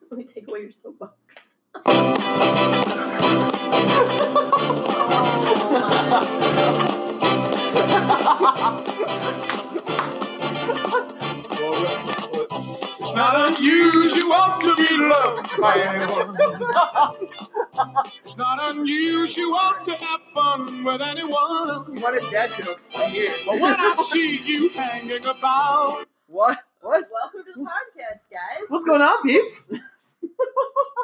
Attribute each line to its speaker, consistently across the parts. Speaker 1: definitely take away your soapbox.
Speaker 2: It's not unusual to be loved by anyone. It's not unusual to have fun with anyone.
Speaker 3: What a dad jokes.
Speaker 2: But when I see you hanging about,
Speaker 3: What? What?
Speaker 1: Welcome to the podcast, guys.
Speaker 3: What's going on, peeps?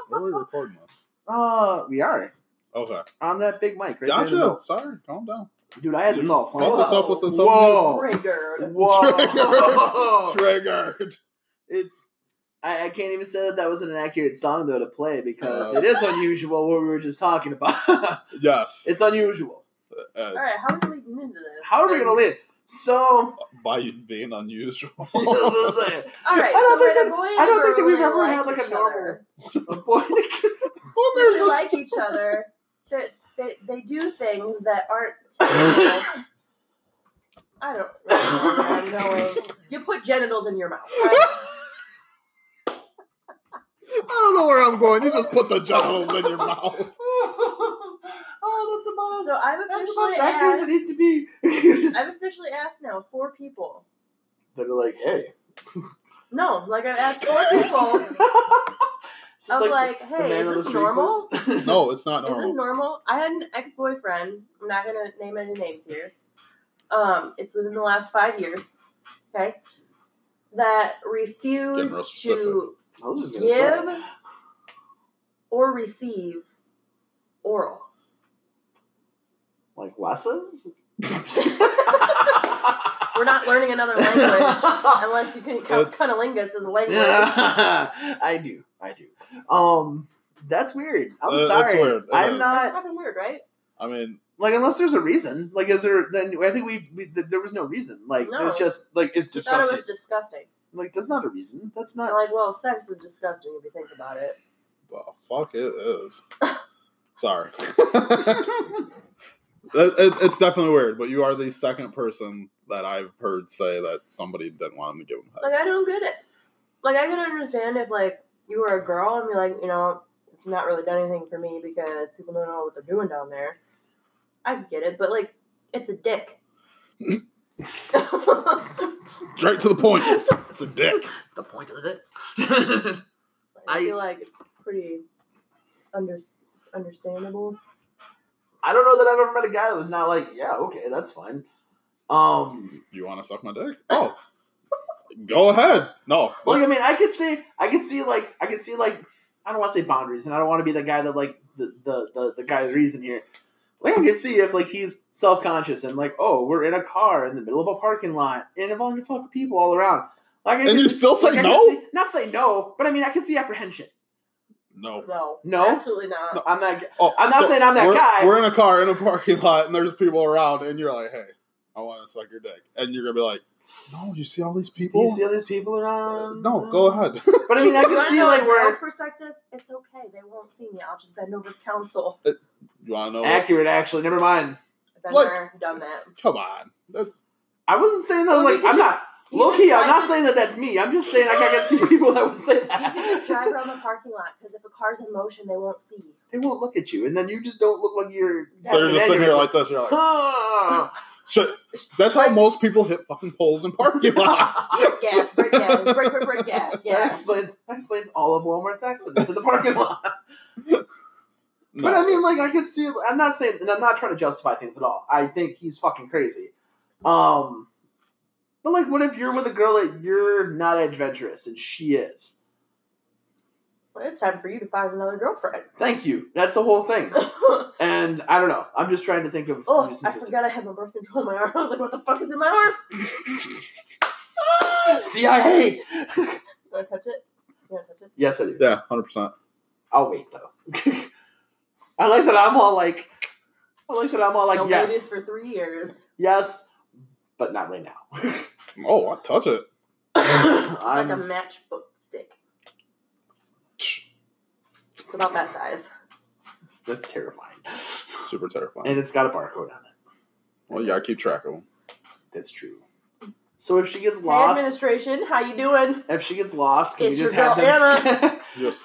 Speaker 4: Where are we recording this?
Speaker 3: Uh, we are
Speaker 4: Okay.
Speaker 3: on that big mic right there in the
Speaker 4: Gotcha.
Speaker 3: middle.
Speaker 4: Sorry. Calm down.
Speaker 3: Dude, I had this
Speaker 4: You
Speaker 3: all planned.
Speaker 4: fucked us up with this whole
Speaker 3: Whoa.
Speaker 1: Triggered.
Speaker 3: Whoa.
Speaker 4: Triggered.
Speaker 3: it's. I, I can't even say that that wasn't an accurate song, though, to play
Speaker 4: Uh.
Speaker 3: because it is unusual what we were just talking about.
Speaker 4: Yes.
Speaker 3: it's unusual.
Speaker 4: uh,
Speaker 1: All right, how are we leading into this?
Speaker 3: How are we going to live? So,
Speaker 4: by you being unusual.
Speaker 3: I don't
Speaker 1: All right,
Speaker 3: I
Speaker 1: so
Speaker 3: don't think
Speaker 1: we're at a
Speaker 3: that-
Speaker 1: point
Speaker 3: I don't
Speaker 1: where
Speaker 3: think that
Speaker 1: we
Speaker 3: we've ever
Speaker 1: like
Speaker 3: had, like, a
Speaker 1: each
Speaker 3: normal-
Speaker 1: other.
Speaker 3: boy,
Speaker 4: well,
Speaker 1: We
Speaker 4: there's a
Speaker 1: like each other. They're, they they do things that aren't. typical. I don't. I don't know where I'm going. You put genitals in your mouth. Right?
Speaker 4: I don't know where I'm going. You just put the genitals in your mouth.
Speaker 3: oh, that's
Speaker 1: so
Speaker 3: about
Speaker 1: I've
Speaker 3: that's about
Speaker 1: officially
Speaker 3: as accurate as it
Speaker 1: asked.
Speaker 3: needs to be.
Speaker 1: I've officially asked now four people.
Speaker 3: They're like, hey,
Speaker 1: No, like I've asked four people.
Speaker 3: It's
Speaker 1: I
Speaker 3: just
Speaker 1: was like,
Speaker 3: like the
Speaker 1: hey,
Speaker 3: man on the
Speaker 1: is this
Speaker 3: street
Speaker 1: normal?
Speaker 3: was-
Speaker 4: No, it's not
Speaker 1: Is this
Speaker 4: normal.
Speaker 1: normal? I had an ex boyfriend. I'm not gonna name any names here. Um, it's within the last five years. Okay, that
Speaker 4: Getting real
Speaker 1: refused to
Speaker 4: specific.
Speaker 3: I was just gonna
Speaker 1: give
Speaker 3: say.
Speaker 1: or receive oral.
Speaker 3: Like lessons?
Speaker 1: We're not learning another language unless you can count
Speaker 4: It's-
Speaker 1: cunnilingus as a language.
Speaker 3: yeah, I do. I do. Um, that's weird. I'm
Speaker 4: Uh,
Speaker 3: sorry.
Speaker 4: that's weird. It
Speaker 3: I'm
Speaker 1: That's
Speaker 4: is.
Speaker 3: not
Speaker 1: fucking weird, right?
Speaker 4: I mean,
Speaker 3: like unless there's a reason. Like, is there? Then I think we, we th- there was no reason. Like,
Speaker 1: No.
Speaker 3: it's just like it's
Speaker 1: I thought it
Speaker 3: disgusting.
Speaker 1: was disgusting.
Speaker 3: Like, that's not a reason. That's
Speaker 1: I'm
Speaker 3: not.
Speaker 1: like, well, sex is disgusting if you think about it.
Speaker 4: the fuck it is. Sorry. it, it, it's definitely weird, but you are the second person that I've heard say that somebody didn't want him to give him head.
Speaker 1: Like I don't get it. Like I can understand if like you were a girl and be like, you know, it's not really done anything for me because people don't know what they're doing down there. I get it, but like it's a dick. I
Speaker 4: Straight to the point. It's a dick.
Speaker 3: The point of it. I-
Speaker 1: feel like it's pretty under, understandable.
Speaker 3: I don't know that I've ever met a guy that was not like, yeah, okay, that's fine. Um,
Speaker 4: You want to suck my dick? Oh, go ahead. No,
Speaker 3: like I mean, I could see, I could see, like, I could see, like, I don't want to say boundaries, and I don't want to be the guy that, like, the the the, the guy of the reason here. Like, I could see if like he's self conscious and like, oh, we're in a car in the middle of a parking lot and a bunch of fucking people all around. Like, I
Speaker 4: and
Speaker 3: could-
Speaker 4: you still
Speaker 3: like,
Speaker 4: say
Speaker 3: I could
Speaker 4: no?
Speaker 3: see- not say no, but I mean, I can see apprehension.
Speaker 4: No.
Speaker 1: No.
Speaker 3: No?
Speaker 1: Absolutely not.
Speaker 4: No.
Speaker 3: I'm not.
Speaker 4: Oh,
Speaker 3: I'm not saying I'm that
Speaker 4: we're,
Speaker 3: guy.
Speaker 4: We're in a car in a parking lot, and there's people around, and you're like, "Hey, I want to suck your dick," and you're gonna be like, "No, you see all these people?
Speaker 3: You see all Mm-hmm. these people
Speaker 4: Uh,
Speaker 3: around.
Speaker 4: no, go ahead."
Speaker 3: But I mean, I
Speaker 1: You
Speaker 3: can
Speaker 1: wanna
Speaker 3: see
Speaker 1: know
Speaker 3: like
Speaker 1: a
Speaker 3: where
Speaker 1: girl's perspective, it's okay. They won't see me. I'll just bend over counsel.
Speaker 4: you want to know? what-
Speaker 3: accurate. Actually, never mind.
Speaker 1: I've been
Speaker 4: Like-
Speaker 1: there, done that.
Speaker 4: Come on, that's
Speaker 3: I wasn't saying that.
Speaker 1: Well,
Speaker 3: Like,
Speaker 1: you could
Speaker 3: I'm
Speaker 1: just-
Speaker 3: not.
Speaker 1: You
Speaker 3: Low
Speaker 1: just
Speaker 3: key, I'm
Speaker 1: might
Speaker 3: not
Speaker 1: just-
Speaker 3: saying that that's me. I'm just saying like, I can see people that would say
Speaker 1: You can just
Speaker 3: that.
Speaker 1: drive around the parking lot because if a car's in motion, they won't see you.
Speaker 3: They won't look at you, and then you just don't look like you're.
Speaker 4: so you're just sitting here like this. You're like,
Speaker 3: Huh.
Speaker 4: "Shit." That's how most people hit fucking poles in parking lots.
Speaker 1: Break gas, break gas, break, break, break gas.
Speaker 3: That
Speaker 1: Yeah.
Speaker 3: explains that explains all of Walmart's accidents in the parking lot.
Speaker 4: No.
Speaker 3: But I mean, like, I could see. I'm not saying, and I'm not trying to justify things at all. I think he's fucking crazy. Um, but like, what if you're with a girl that you're not adventurous and she is?
Speaker 1: Well, it's time for you to find another girlfriend.
Speaker 3: Thank you. That's the whole thing.
Speaker 1: oh,
Speaker 3: And I don't know. I'm just trying to think of. I'm just
Speaker 1: I
Speaker 3: insisting.
Speaker 1: forgot I had my birth control in my arm. I was like, what the fuck is in my arm?
Speaker 3: CIA.
Speaker 1: You want to touch it? You want to touch it?
Speaker 3: yes, I do.
Speaker 4: yeah, hundred percent.
Speaker 3: I'll wait though. I like that I'm all like, I like that I'm all like,
Speaker 1: no
Speaker 3: yes,
Speaker 1: babies for three years.
Speaker 3: yes, but not right now.
Speaker 4: Oh, I touch it.
Speaker 1: Like a
Speaker 3: I'm,
Speaker 1: matchbook stick. It's about that size.
Speaker 3: that's terrifying,
Speaker 4: Super terrifying.
Speaker 3: and it's got a barcode on it.
Speaker 4: well, you gotta keep track of them.
Speaker 3: That's true. So if she gets
Speaker 1: Hey,
Speaker 3: lost,
Speaker 1: administration, how you doing?
Speaker 3: if she gets lost, can
Speaker 1: It's
Speaker 3: we just
Speaker 1: your
Speaker 3: have
Speaker 1: girl,
Speaker 3: them
Speaker 4: Just,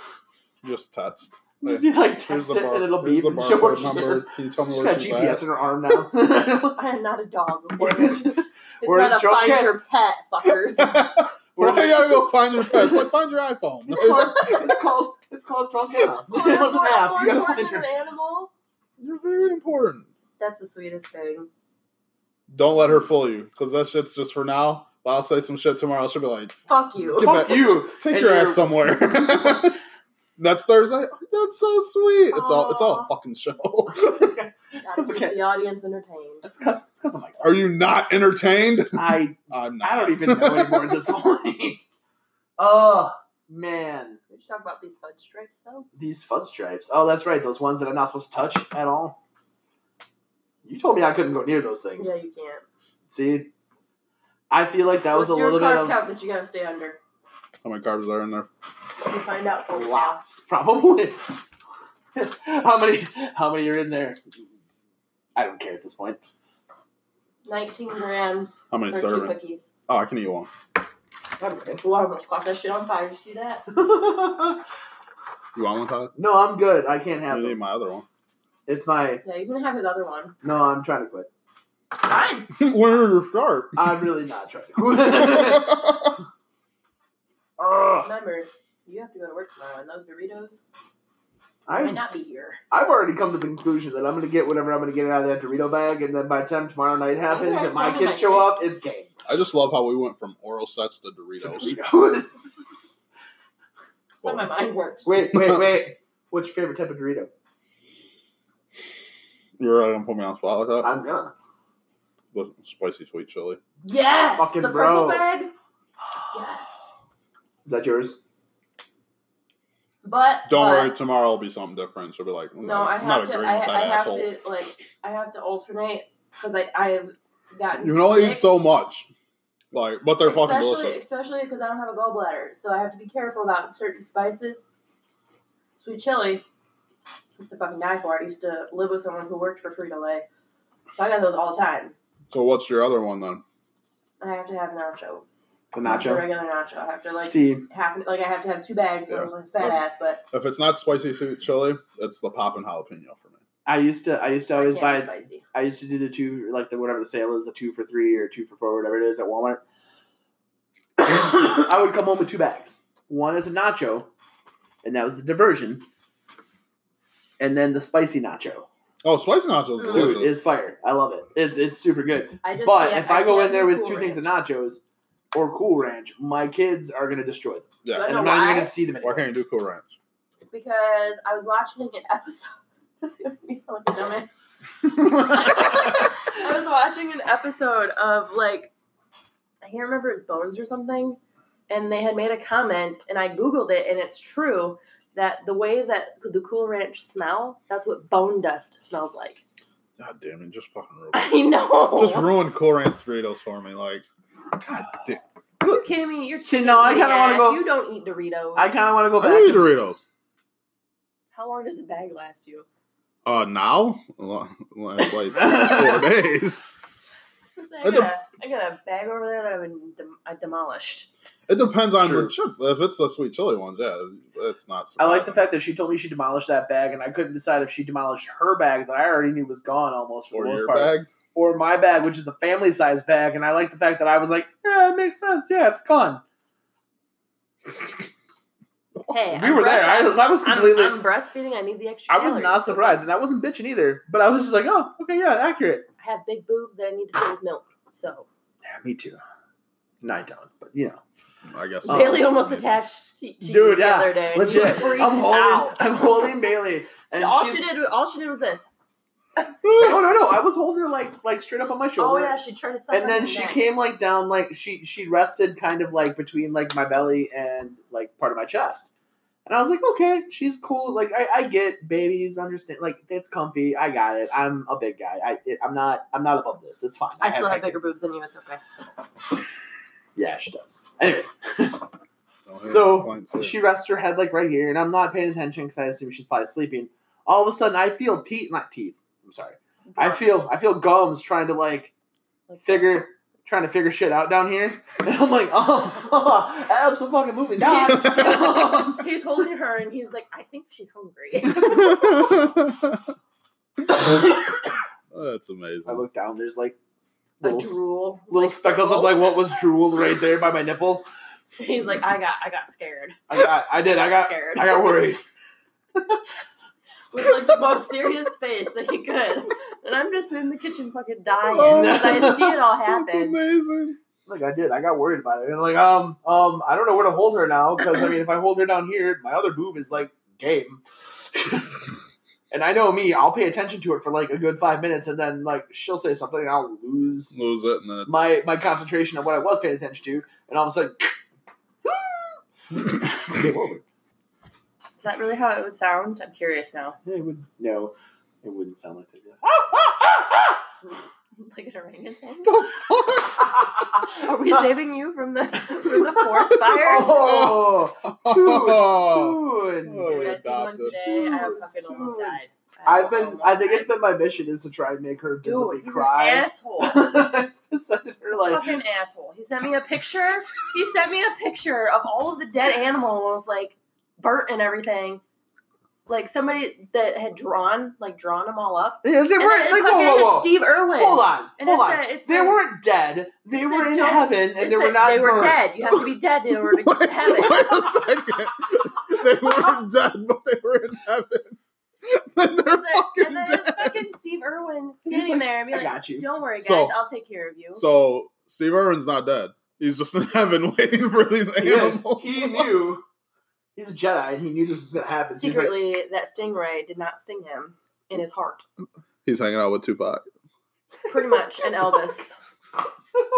Speaker 4: just text.
Speaker 3: just be like
Speaker 4: Here's
Speaker 3: text
Speaker 4: the
Speaker 3: it
Speaker 4: bar.
Speaker 3: and it'll
Speaker 4: Here's
Speaker 3: beep
Speaker 4: the
Speaker 3: and show where
Speaker 4: barcode
Speaker 3: she
Speaker 4: number.
Speaker 3: is.
Speaker 4: Can you tell me
Speaker 3: She's
Speaker 4: where
Speaker 3: got
Speaker 4: she's
Speaker 3: GPS
Speaker 4: at?
Speaker 3: in her arm now.
Speaker 1: I am not a dog. okay?
Speaker 3: where's
Speaker 1: It's
Speaker 3: where's
Speaker 1: not a
Speaker 3: Joe
Speaker 1: find
Speaker 3: Cat?
Speaker 1: your pet, fuckers.
Speaker 4: Why
Speaker 3: where's
Speaker 4: you gotta go find your pets? Like find your iPhone.
Speaker 3: It's called, it's called it's called drunk now. It was an
Speaker 1: More
Speaker 3: app. You gotta
Speaker 1: important
Speaker 3: find
Speaker 1: than
Speaker 3: your
Speaker 1: an animal.
Speaker 4: You're very important.
Speaker 1: That's the sweetest thing.
Speaker 4: Don't let her fool you, because that shit's just for now. I'll say some shit tomorrow. She'll be like,
Speaker 1: Fuck you.
Speaker 4: Get
Speaker 3: fuck
Speaker 4: back.
Speaker 3: you.
Speaker 4: "Take
Speaker 3: And
Speaker 4: your ass
Speaker 3: you're-
Speaker 4: somewhere." That's Thursday. Oh, That's so sweet. It's all. It's all a
Speaker 1: Aw.
Speaker 4: fucking show.
Speaker 1: Gotta
Speaker 3: Cause the
Speaker 1: keep
Speaker 3: cat-
Speaker 1: the audience entertained.
Speaker 3: It's cause it's cause the mics.
Speaker 4: Are you not entertained?
Speaker 3: I
Speaker 4: I'm not.
Speaker 3: I don't even know anymore at this point. Oh man,
Speaker 1: We should talk about these fudge stripes though.
Speaker 3: these fud stripes. Oh, that's right. Those ones that I'm not supposed to touch at all. You told me I couldn't go near those things.
Speaker 1: Yeah, you can't.
Speaker 3: See, I feel like that was
Speaker 1: What's
Speaker 3: a
Speaker 1: your
Speaker 3: little bit
Speaker 1: carb
Speaker 3: of
Speaker 1: count that you gotta stay under.
Speaker 4: How many carbs are in there?
Speaker 1: You find out for
Speaker 3: lots, probably. how many? How many are in there? I don't care at this point.
Speaker 1: Nineteen grams
Speaker 4: How many
Speaker 1: for two
Speaker 4: serving?
Speaker 1: cookies.
Speaker 4: Oh, I can eat one.
Speaker 1: Wow, I almost caught that shit on fire. You see that?
Speaker 3: no,
Speaker 4: You want one, Todd?
Speaker 3: I'm good. I can't have
Speaker 4: You need
Speaker 3: them.
Speaker 4: my other one.
Speaker 3: It's my
Speaker 1: Yeah, you can have his other one.
Speaker 3: no. I'm trying to quit.
Speaker 1: Fine.
Speaker 4: Where your start?
Speaker 3: I'm really not trying to quit. Ugh.
Speaker 1: Remember, you have to go to work tomorrow, and those Doritos might
Speaker 3: I,
Speaker 1: not be here.
Speaker 3: I've already come to the conclusion that I'm going to get whatever I'm going to get out of that Dorito bag, and then by the time tomorrow night happens
Speaker 1: Okay,
Speaker 3: and my
Speaker 1: totally.
Speaker 3: kids show up, it's game.
Speaker 4: I just love how we went from oral sets to
Speaker 3: To
Speaker 4: Doritos.
Speaker 3: Doritos.
Speaker 1: That's how my mind works.
Speaker 3: wait, wait, wait. What's your favorite type of Dorito?
Speaker 4: You're right. Don't put me on the spot
Speaker 1: Uh,
Speaker 4: like that.
Speaker 3: I'm gonna.
Speaker 4: The spicy sweet chili.
Speaker 1: Yes.
Speaker 3: Fucking
Speaker 1: the
Speaker 3: bro.
Speaker 1: purple bag. Yes.
Speaker 3: Is that yours?
Speaker 1: But
Speaker 4: Don't
Speaker 1: but,
Speaker 4: worry. Tomorrow will be something different. She'll be like, "Mm,
Speaker 1: No, I
Speaker 4: I'm not
Speaker 1: have to.
Speaker 4: agreeing
Speaker 1: I,
Speaker 4: with that
Speaker 1: I have
Speaker 4: asshole.
Speaker 1: to like. I have to alternate because I I have gotten.
Speaker 4: You can only
Speaker 1: sick,
Speaker 4: eat so much. Like, but they're fucking
Speaker 1: especially
Speaker 4: delicious.
Speaker 1: especially because I don't have a gallbladder, so I have to be careful about certain spices. Sweet chili. Used to fucking die for. I used to live with someone who worked for Frito Lay, so I got those all the time.
Speaker 4: So what's your other one then?
Speaker 1: I have to have nacho.
Speaker 3: The
Speaker 1: A
Speaker 3: nacho.
Speaker 1: regular nacho. I have to like
Speaker 3: See,
Speaker 1: half like I have to have two bags.
Speaker 4: Yeah.
Speaker 1: of like fat
Speaker 4: Okay.
Speaker 1: ass, but
Speaker 4: If it's not spicy sweet chili, it's the poppin' jalapeno for me.
Speaker 3: I used to. I used to
Speaker 1: I
Speaker 3: always
Speaker 1: can't
Speaker 3: buy.
Speaker 1: be spicy.
Speaker 3: I used to do the two, like the whatever the sale is, a two for three or two for four, whatever it is at Walmart. I would come home with two bags. One is a nacho, and that was the diversion. And then the spicy nacho,
Speaker 4: Oh, spicy nachos
Speaker 1: Dude,
Speaker 4: is delicious.
Speaker 3: dude, is fire. I love it. It's it's super good.
Speaker 1: I just
Speaker 3: But
Speaker 1: can't-
Speaker 3: if I, go
Speaker 1: can't
Speaker 3: in there
Speaker 1: do
Speaker 3: with
Speaker 1: Cool
Speaker 3: two things of
Speaker 1: Ranch.
Speaker 3: nachos or Cool Ranch, my kids are gonna destroy them,
Speaker 4: yeah.
Speaker 1: I
Speaker 3: and
Speaker 1: know
Speaker 3: I'm not even
Speaker 1: why.
Speaker 3: gonna see them
Speaker 4: Why
Speaker 3: anymore.
Speaker 4: can't you do Cool Ranch?
Speaker 1: because I was watching an episode. This is gonna be so much dumbass. I was watching an episode of like I can't remember it was Bones or something, and they had made a comment, and I googled it, and it's true that the way that the Cool Ranch smell, that's what bone dust smells like.
Speaker 4: God damn it! Just fucking ruin.
Speaker 1: I know.
Speaker 4: Just ruined Cool Ranch Doritos for me. Like, God damn.
Speaker 1: You're kidding me. You're
Speaker 3: See, no, I
Speaker 1: cheating,
Speaker 3: kinda wanna
Speaker 1: ass.
Speaker 3: go-
Speaker 1: You don't eat Doritos.
Speaker 3: I kind of want to go
Speaker 4: I don't eat
Speaker 3: back.
Speaker 4: Doritos.
Speaker 1: How long does a bag last you?
Speaker 4: Uh, now Well, that's like four days.
Speaker 1: I got, a, I got a bag over there that I've been dem- I demolished.
Speaker 4: It depends on the
Speaker 3: True.
Speaker 4: chip. If it's the sweet chili ones, yeah, it's not. So
Speaker 3: I like
Speaker 4: bad.
Speaker 3: the fact that she told me she demolished that bag, and I couldn't decide if she demolished her bag that I already knew was gone almost for
Speaker 4: Or
Speaker 3: the most
Speaker 4: your
Speaker 3: part,
Speaker 4: bag.
Speaker 3: or my bag, which is the family size bag. And I like the fact that I was like, "Yeah, it makes sense. Yeah, it's gone."
Speaker 1: Hey,
Speaker 3: we were there. I was, I was
Speaker 1: I'm,
Speaker 3: completely.
Speaker 1: I'm breastfeeding. I need the extra.
Speaker 3: I was
Speaker 1: calories.
Speaker 3: not surprised, and I wasn't bitching either. But I was just like, "Oh, okay, yeah, accurate."
Speaker 1: I have big boobs that I need to fill with milk. So
Speaker 3: Yeah, me too. No, I don't. But you know,
Speaker 4: I guess.
Speaker 3: Oh.
Speaker 1: Bailey almost attached to, to you
Speaker 3: Dude,
Speaker 1: the
Speaker 3: yeah,
Speaker 1: other day. and
Speaker 3: legit.
Speaker 1: you freaked
Speaker 3: I'm holding.
Speaker 1: out.
Speaker 3: I'm holding Bailey, and
Speaker 1: all
Speaker 3: she's.
Speaker 1: she did, all she did was this.
Speaker 3: no, no, no! I was holding her like, like straight up on my shoulder.
Speaker 1: Oh yeah, she tried to. suck on
Speaker 3: and then
Speaker 1: my
Speaker 3: she
Speaker 1: neck.
Speaker 3: came like down like she she rested kind of like between like my belly and like part of my chest and i was like okay she's cool like i, I get babies understand like it's comfy i got it i'm a big guy i it, i'm not i'm not above this it's fine
Speaker 1: I still have
Speaker 3: my
Speaker 1: bigger boobs
Speaker 3: kids.
Speaker 1: than you. It's okay.
Speaker 3: yeah she does anyways
Speaker 4: Don't hear
Speaker 3: So,
Speaker 4: complaints here.
Speaker 3: she rests her head like right here and i'm not paying attention because i assume she's probably sleeping all of a sudden i feel teeth not teeth i'm sorry i feel i feel gums trying to like
Speaker 1: Like,
Speaker 3: figure trying to figure shit out down here. And I'm like, oh, oh absolutely not.
Speaker 1: He's holding her and he's like, I think she's hungry.
Speaker 4: That's amazing.
Speaker 3: I look down, there's like
Speaker 1: A
Speaker 3: little, s-
Speaker 1: drool.
Speaker 3: little
Speaker 1: like,
Speaker 3: speckles of
Speaker 1: circle.
Speaker 3: like what was drool right there by my nipple.
Speaker 1: He's like, I got, I got scared.
Speaker 3: I got, I did, I got,
Speaker 1: scared.
Speaker 3: I got worried.
Speaker 1: With like the most serious face that he could, and I'm just in the kitchen fucking dying
Speaker 4: Oh.
Speaker 1: because I see it all
Speaker 4: That's
Speaker 1: happen.
Speaker 4: amazing.
Speaker 3: Like I did, I got worried about it. And like, um, um, I don't know where to hold her now because I mean, if I hold her down here, my other boob is like game. and I know me, I'll pay attention to it for like a good five minutes, and then like she'll say something, and I'll lose
Speaker 4: Lose it and then it
Speaker 3: my my concentration on what I was paying attention to, and all of a sudden, it's game over.
Speaker 1: Is that really how it would sound? I'm curious now.
Speaker 3: It would no, it wouldn't sound like
Speaker 1: Like an orangutan.
Speaker 4: the
Speaker 3: that.
Speaker 1: Are we saving you from the from the forest fire?
Speaker 3: Oh,
Speaker 4: fuck?
Speaker 3: too soon.
Speaker 4: Oh, we
Speaker 1: Dude, I seen one
Speaker 4: adopted.
Speaker 1: today. I have
Speaker 3: Ooh,
Speaker 1: fucking
Speaker 3: soon.
Speaker 1: almost died. I
Speaker 3: I've been.
Speaker 1: almost
Speaker 3: I think
Speaker 1: died.
Speaker 3: it's been my mission is to try and make her
Speaker 1: Dude,
Speaker 3: visibly
Speaker 1: he's an
Speaker 3: cry.
Speaker 1: asshole.
Speaker 3: Sending her like,
Speaker 1: fucking asshole. He sent me a picture. He sent me a picture of all of the dead animals, like burnt and everything. Like somebody that had drawn, like drawn them all up.
Speaker 3: Yeah, they
Speaker 1: And
Speaker 3: weren't
Speaker 1: then
Speaker 3: like
Speaker 1: it
Speaker 3: whoa,
Speaker 1: fucking
Speaker 3: whoa, whoa.
Speaker 1: had Steve Irwin.
Speaker 3: Hold on,
Speaker 1: And
Speaker 3: hold
Speaker 1: it
Speaker 3: on.
Speaker 1: said- it
Speaker 3: They
Speaker 1: said-
Speaker 3: weren't dead. They
Speaker 1: said
Speaker 3: were in
Speaker 1: don't-
Speaker 3: heaven,
Speaker 1: It
Speaker 3: and they were
Speaker 1: said
Speaker 3: not.
Speaker 1: They were
Speaker 3: burnt.
Speaker 1: dead. You have to be dead in order to get to heaven.
Speaker 4: Wait a second. They weren't dead, but they were in heaven. Then
Speaker 1: And
Speaker 4: they're
Speaker 1: then-
Speaker 4: fucking
Speaker 1: and then
Speaker 4: dead.
Speaker 1: it's fucking Steve Irwin
Speaker 3: He's
Speaker 1: standing
Speaker 3: like,
Speaker 1: there and be
Speaker 3: I
Speaker 1: like,
Speaker 3: got you.
Speaker 1: "Don't worry, guys.
Speaker 4: So-
Speaker 1: I'll take care of you."
Speaker 4: So Steve Irwin's not dead. He's just in heaven waiting for these
Speaker 3: Yes,
Speaker 4: animals.
Speaker 3: he knew. He's a Jedi, and he knew this was gonna happen. So he's like,
Speaker 1: Secretly, that stingray did not sting him in his heart.
Speaker 4: He's hanging out with Tupac.
Speaker 1: Pretty much, and Elvis,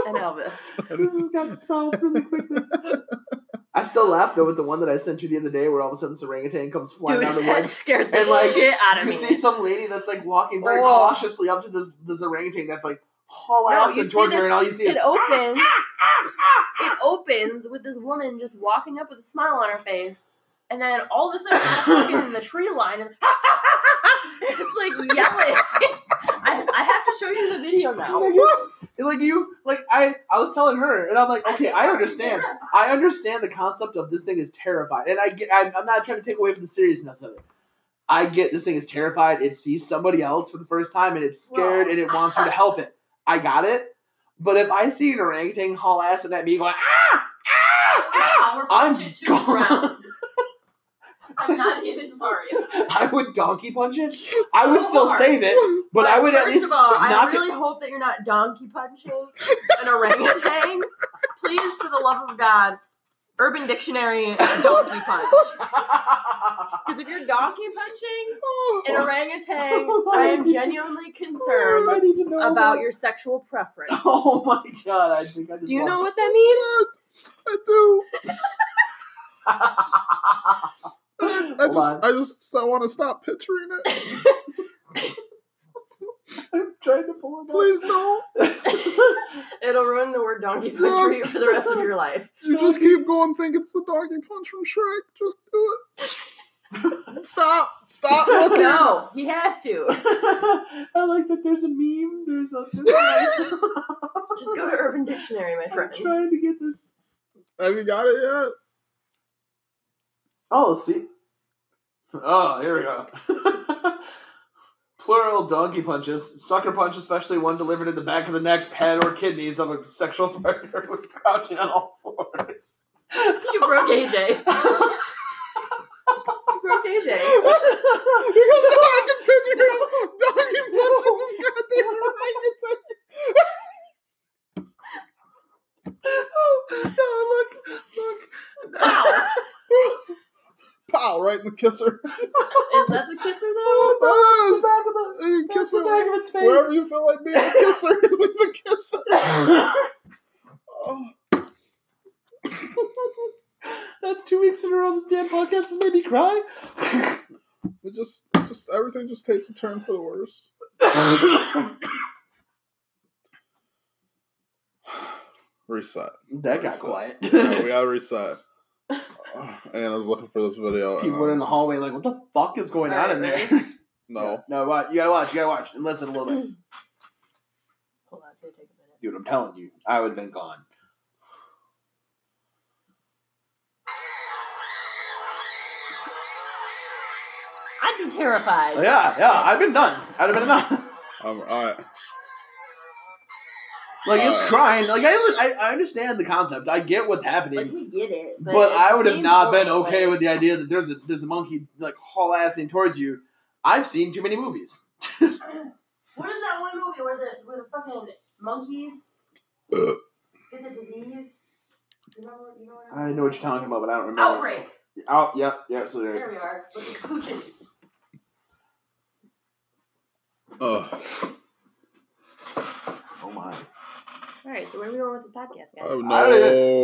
Speaker 1: and Elvis.
Speaker 3: this has got solved really quickly. I still laugh though with the one that I sent you the other day, where all of a sudden this orangutan comes flying
Speaker 1: Dude,
Speaker 3: out of the
Speaker 1: that
Speaker 3: woods.
Speaker 1: scared the
Speaker 3: And, like,
Speaker 1: shit out of
Speaker 3: You
Speaker 1: me.
Speaker 3: see some lady that's like walking very
Speaker 1: Whoa.
Speaker 3: cautiously up to this this orangutan that's like haul
Speaker 1: No,
Speaker 3: ass
Speaker 1: you
Speaker 3: and
Speaker 1: see
Speaker 3: towards
Speaker 1: this-
Speaker 3: her, and all you see is "Ah!"
Speaker 1: it opens. it opens with this woman just walking up with a smile on her face, and then all of a sudden, she's fucking in the tree line, and it's like yelling. I, I have to show you the video now.
Speaker 3: Like, it's- like you like I I was telling her and I'm like okay I understand I understand the concept of this thing is terrified and I get I'm, I'm not trying to take away from the seriousness of it I get this thing is terrified it sees somebody else for the first time and it's scared
Speaker 1: Well.
Speaker 3: and it wants her to help it I got it but if I see an orangutan haul ass and at me going ah ah, ah
Speaker 1: Wow, we're
Speaker 3: I'm
Speaker 1: pushing to the
Speaker 3: gone.
Speaker 1: ground. I'm not even sorry.
Speaker 3: I would donkey punch it I would still save it but I would
Speaker 1: first
Speaker 3: at least
Speaker 1: of all, I
Speaker 3: knock it
Speaker 1: really hope that you're not donkey punching an orangutan. Please, for the love of God, Urban Dictionary donkey punch. Because if you're donkey punching an orangutan, I am genuinely
Speaker 3: I
Speaker 1: concerned
Speaker 3: need to know
Speaker 1: about your sexual preference.
Speaker 3: Oh my god! I think I just.
Speaker 1: Do you
Speaker 3: lost-
Speaker 1: know what that means?
Speaker 4: I do. I
Speaker 3: Hold
Speaker 4: just, I just, I want to stop picturing it.
Speaker 3: on. I'm trying to pull it.
Speaker 4: Please don't.
Speaker 1: It'll ruin the word donkey punch for you
Speaker 4: Yes.
Speaker 1: for the rest of your life.
Speaker 4: You just keep going, think it's the doggy punch from Shrek. Just do it. Stop. Stop looking.
Speaker 1: No, he has to.
Speaker 3: I like that. There's a meme. There's a. There's a
Speaker 1: Just go to Urban Dictionary, my
Speaker 3: I'm
Speaker 1: friend.
Speaker 3: trying to get this.
Speaker 4: Have you got it yet?
Speaker 3: Oh, see. Oh, here we go. Plural donkey punches. Sucker punch, especially one delivered in the back of the neck, head, or kidneys of a sexual predator who's crouching on all fours.
Speaker 1: You broke AJ. you broke AJ.
Speaker 4: Because now I can picture him doggy punching this goddamn orangutan.
Speaker 3: oh, no, look, look.
Speaker 1: Ow.
Speaker 4: Pow! Right in the kisser.
Speaker 1: Is that the kisser though?
Speaker 4: Ah,
Speaker 3: back of Oh, the,
Speaker 4: you
Speaker 3: that's
Speaker 4: kiss
Speaker 3: the back
Speaker 4: her
Speaker 3: of its face.
Speaker 4: wherever you feel like being a kisser. Leave the kisser. Oh,
Speaker 3: That's two weeks in a row. This damn podcast has made me cry.
Speaker 4: it just, just everything just takes a turn for the worse. Reset.
Speaker 3: that
Speaker 4: got
Speaker 3: quiet.
Speaker 4: Yeah, we
Speaker 3: People
Speaker 4: gotta reset. And I was looking for this video. and I
Speaker 3: were in the
Speaker 4: was-
Speaker 3: hallway, like, what the fuck is going on in there?
Speaker 4: No.
Speaker 3: no, watch. You gotta watch. You gotta watch and listen a little bit.
Speaker 1: Hold on, it's gonna take a minute.
Speaker 3: dude, I'm telling you, I would have been gone.
Speaker 1: I'd be terrified.
Speaker 3: Yeah, yeah, I've been done. I'd have been done.
Speaker 4: Um, I,
Speaker 3: like
Speaker 4: Uh,
Speaker 3: it's crying. Like I, I, I understand the concept. I get what's
Speaker 1: Like
Speaker 3: happening.
Speaker 1: we get it, but,
Speaker 3: But, I would have not been okay
Speaker 1: with.
Speaker 3: with the idea that there's a there's a monkey like haul assing towards you. I've seen too many movies.
Speaker 1: What is that one movie where the where the fucking monkeys
Speaker 4: uh,
Speaker 1: get the disease? You know, you know what I'm-
Speaker 3: I know what you're talking about, but I don't remember.
Speaker 1: Outbreak.
Speaker 3: Out, yeah, yeah, absolutely.
Speaker 1: There we are. With the cooches.
Speaker 4: ugh.
Speaker 3: Oh my,
Speaker 1: All right, so where are we going with this podcast,
Speaker 4: I have
Speaker 1: guys?
Speaker 4: no
Speaker 3: I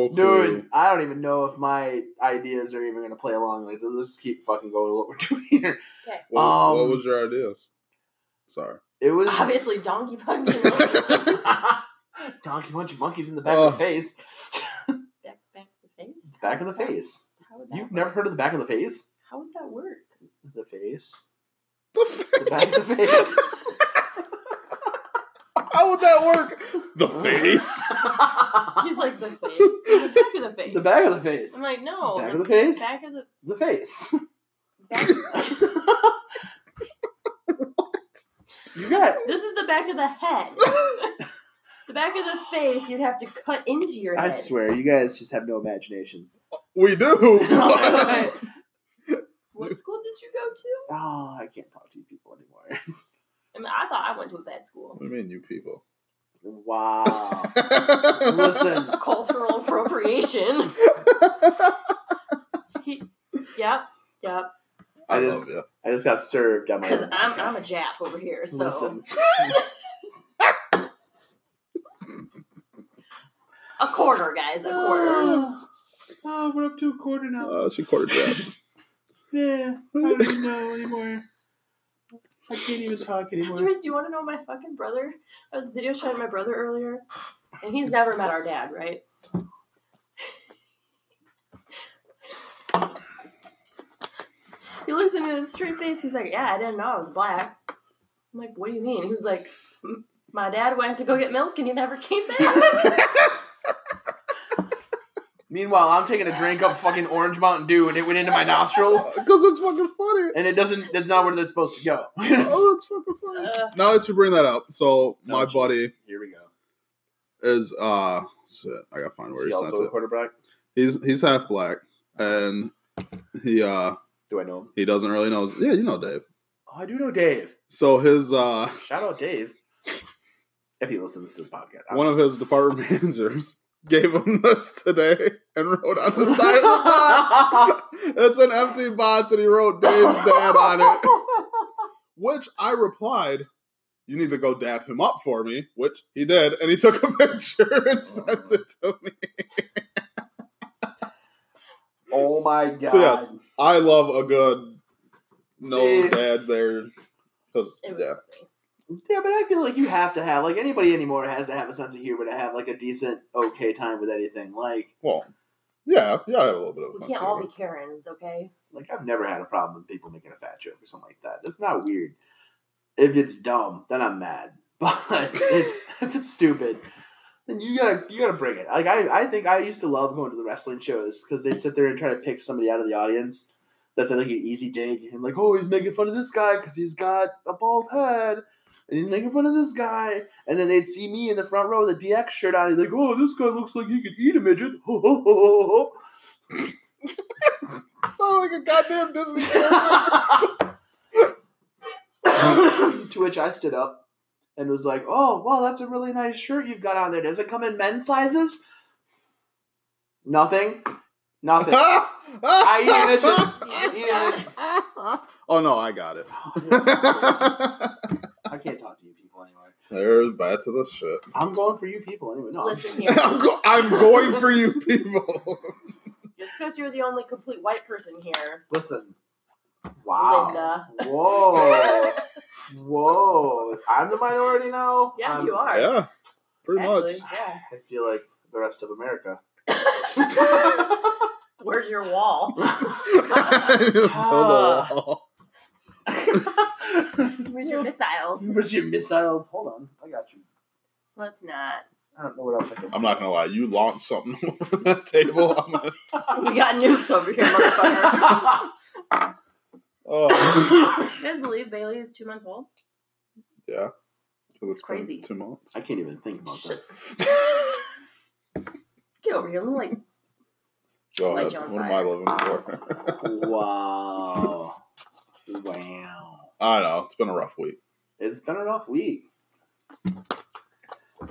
Speaker 4: clue.
Speaker 3: dude, I don't even know if my ideas are even gonna play along. Like, let's just keep fucking going with what we're doing here.
Speaker 4: What, what
Speaker 3: Um,
Speaker 4: was your ideas? Sorry.
Speaker 3: It was
Speaker 1: Obviously, donkey punch. and monkeys.
Speaker 3: donkey punch of monkeys in the back of
Speaker 4: Oh.
Speaker 3: the face.
Speaker 1: back, back of the face.
Speaker 3: Back of the face.
Speaker 1: How would that?
Speaker 3: You've
Speaker 1: work?
Speaker 3: never heard of the back of the face?
Speaker 1: How would that work?
Speaker 3: The face. The
Speaker 4: The
Speaker 3: back of the
Speaker 4: face.
Speaker 3: face.
Speaker 4: How would that work? The face.
Speaker 1: He's like the face. The back of the face.
Speaker 3: the back of the face.
Speaker 1: I'm like no.
Speaker 3: back of the face.
Speaker 1: Back of the.
Speaker 3: The face.
Speaker 1: Back of the
Speaker 3: You got
Speaker 1: this is the back of the head. the back of the face. You'd have to cut into your
Speaker 3: I
Speaker 1: head.
Speaker 3: swear, you guys just have no imaginations.
Speaker 4: we do.
Speaker 3: oh,
Speaker 1: What school did you go to?
Speaker 3: Ah, I can't talk to you people anymore.
Speaker 1: I mean, I thought I went to a bad school.
Speaker 4: what do you mean, you people?
Speaker 3: Wow. Listen,
Speaker 1: Cultural appropriation. yep, yep.
Speaker 4: I,
Speaker 3: I
Speaker 4: just
Speaker 3: just- I just got served on my
Speaker 1: Because
Speaker 3: own
Speaker 1: I'm, I'm a
Speaker 3: podcast.
Speaker 1: Jap over here, so
Speaker 3: Listen,
Speaker 1: a quarter, guys, a
Speaker 3: Ah.
Speaker 1: quarter.
Speaker 3: Oh, we're up to a quarter now.
Speaker 4: Uh, she quarter jab.
Speaker 3: yeah, I don't even know anymore. I can't even talk
Speaker 1: That's right. Do you want to know my fucking brother? I was video chatting my brother earlier, and he's never met our dad, right? he looks at me with a straight face. He's like, "Yeah, I didn't know I was black." I'm like, "What do you mean?" He was like, "M- "My dad went to go get milk, and he never came back."
Speaker 3: Meanwhile, I'm taking a drink of fucking orange Mountain Dew, and it went into my nostrils,
Speaker 4: Because Uh, it's fucking funny.
Speaker 3: and it doesn't. That's not where that's supposed to go.
Speaker 4: Oh, it's fucking funny.
Speaker 1: Uh,
Speaker 4: now that you bring that up, so my
Speaker 3: Oh, jeez.
Speaker 4: buddy
Speaker 3: Here we go.
Speaker 4: is uh, shit. I gotta find
Speaker 3: Is
Speaker 4: where he
Speaker 3: he
Speaker 4: sent
Speaker 3: also a
Speaker 4: it.
Speaker 3: quarterback?
Speaker 4: He's he's half black, and he uh
Speaker 3: Do I know him?
Speaker 4: he doesn't really know. Yeah, you know Dave.
Speaker 3: Oh, I do know Dave.
Speaker 4: So his uh
Speaker 3: Shout out Dave. If he listens to this podcast,
Speaker 4: one of his department managers gave him this today and wrote on the side of the box. It's an empty box, and he wrote Dave's dad on it. Which I replied, "You need to go dap him up for me," which he did, and he took a picture
Speaker 1: Oh.
Speaker 4: and sent it to me.
Speaker 3: Oh my god.
Speaker 4: So, yes. I love a good no
Speaker 3: See?
Speaker 4: dad there because
Speaker 1: it was
Speaker 4: yeah,
Speaker 3: Yeah, but I feel like you have to have like anybody anymore has to have a sense of humor to have like a decent, okay time with anything. Like,
Speaker 4: well, yeah, yeah, I have a little bit of. a
Speaker 1: We
Speaker 4: sense
Speaker 1: can't
Speaker 4: of
Speaker 1: all
Speaker 4: humor.
Speaker 1: be Karens, okay?
Speaker 3: like I've never had a problem with people making a fat joke or something like that. That's not weird. If it's dumb, then I'm mad. But it's, if it's stupid, then you gotta you gotta bring it. Like I, I think I used to love going to the wrestling shows because they'd sit there and try to pick somebody out of the audience that's like an easy dig and like oh he's making fun of this guy because he's got a bald head and he's making fun of this guy and then they'd see me in the front row with a DX shirt on and he's like oh this guy looks like he could eat a midget ho ho ho ho ho
Speaker 4: Sound like a goddamn Disney character.
Speaker 3: to which I stood up and was like, "Oh, wow, that's a really nice shirt you've got on there. Does it come in men's sizes?" Nothing. Nothing.
Speaker 4: I
Speaker 3: eat
Speaker 1: You
Speaker 3: Yeah.
Speaker 1: know,
Speaker 4: Oh no, I got it.
Speaker 3: I can't talk to you people anymore.
Speaker 4: There's bats of the shit.
Speaker 3: I'm going for you people anyway. No, I'm-
Speaker 1: Listen here.
Speaker 4: I'm, go- I'm going for you people.
Speaker 1: Just because you're the only complete white person here,
Speaker 3: listen. Wow.
Speaker 1: Linda.
Speaker 3: Whoa. Whoa. I'm the minority now.
Speaker 1: Yeah,
Speaker 3: I'm-
Speaker 1: you are.
Speaker 4: Um, yeah, pretty
Speaker 1: actually, Yeah.
Speaker 3: I feel like the rest of America.
Speaker 1: Where's your wall?
Speaker 4: much. Build a wall.
Speaker 1: Where's your missiles?
Speaker 3: Where's your missiles? Hold on, I got you.
Speaker 1: Let's not.
Speaker 3: I don't know what else I can.
Speaker 4: I'm not gonna lie. You launched something over that table. I'm gonna,
Speaker 1: We got nukes over here, motherfucker.
Speaker 4: oh,
Speaker 1: you guys believe Bailey is two months old?
Speaker 4: yeah. 'Cause it's been
Speaker 1: Crazy.
Speaker 4: Two months.
Speaker 3: I can't even think about that.
Speaker 1: Shit. Get over here. Let me like
Speaker 4: Go
Speaker 1: Like
Speaker 4: ahead.
Speaker 1: John
Speaker 4: What am I
Speaker 1: Mayer.
Speaker 4: living for?
Speaker 3: Wow. wow.
Speaker 4: I know. It's been a rough week.
Speaker 3: It's been an off week.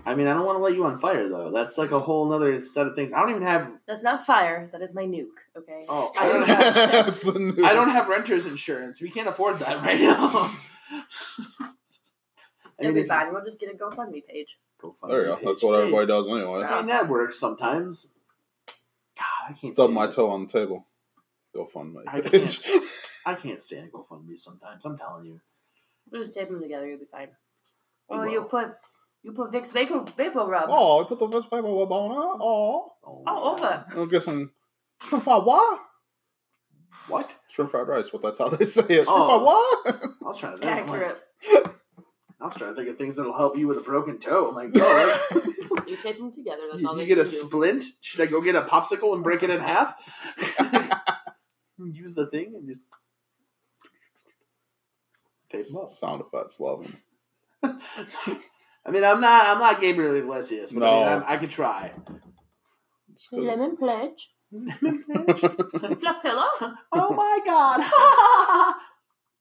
Speaker 3: I mean, I don't want to let you on fire though. That's like a whole nother set of things. I don't even have.
Speaker 1: that's not fire. That is my nuke. Okay.
Speaker 3: Oh, I don't have.
Speaker 4: That's the new.
Speaker 3: I don't have renter's insurance. We can't afford that right now. I
Speaker 1: It'll
Speaker 3: mean,
Speaker 1: be
Speaker 3: if-
Speaker 1: fine. We'll just get a GoFundMe page.
Speaker 3: Go find
Speaker 4: There you
Speaker 3: the
Speaker 4: go.
Speaker 3: page.
Speaker 4: That's what
Speaker 3: Hey,
Speaker 4: everybody does anyway.
Speaker 3: I mean, that works sometimes. God, I
Speaker 4: Stub
Speaker 3: can't. stand
Speaker 4: my
Speaker 3: it.
Speaker 4: toe on the table. Go fund me.
Speaker 3: I can't. I can't stand GoFundMe sometimes. I'm telling you.
Speaker 1: We'll just tape them together. You'll be fine.
Speaker 3: We
Speaker 1: Oh, you
Speaker 3: will.
Speaker 1: put you put Vicks Vapor Vapor Rub
Speaker 4: oh, I put the first paper web on. huh? Oh,
Speaker 3: Oh,
Speaker 1: all over.
Speaker 4: I'll get some shrimp fried what?
Speaker 3: What?
Speaker 4: Shrimp fried rice. But that's how they say it. Shrimp
Speaker 3: Oh.
Speaker 4: fried what?
Speaker 3: I was trying to think. I'm like,
Speaker 1: Accurate.
Speaker 3: I was trying to think of things that'll help you with a broken toe. I'm like, oh,
Speaker 1: You tape them together. That's all
Speaker 3: you,
Speaker 1: they
Speaker 3: you get
Speaker 1: can
Speaker 3: a
Speaker 1: do.
Speaker 3: splint? Should I go get a popsicle and break it in half? Use the thing and just tape 'em up.
Speaker 4: Sound effects, love 'em.
Speaker 3: I mean, I'm not, I'm not Gabriel Iglesias, but I, mean,
Speaker 4: No.
Speaker 3: I'm, I could try.
Speaker 4: It's good.
Speaker 1: Lemon pledge. Fluff pillow.
Speaker 3: oh my god!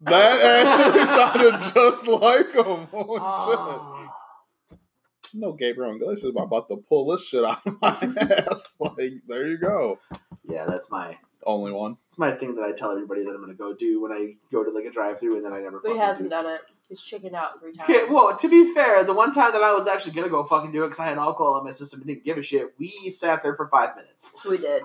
Speaker 4: That actually sounded just like him. Holy
Speaker 3: Ah.
Speaker 4: shit. No Gabriel Iglesias is about to pull this shit out of my ass. Like, there you go.
Speaker 3: yeah, that's my,
Speaker 4: Only one.
Speaker 3: that's my thing that I tell everybody that I'm gonna go do when I go to like a drive-through, and then I never.
Speaker 1: But he
Speaker 3: fucking do.
Speaker 1: hasn't done it. He's chickened out three times.
Speaker 3: Okay, well, to be fair, the one time that I was actually gonna go fucking do it because I had alcohol in my system and didn't give a shit, we sat there for five minutes,
Speaker 1: we did.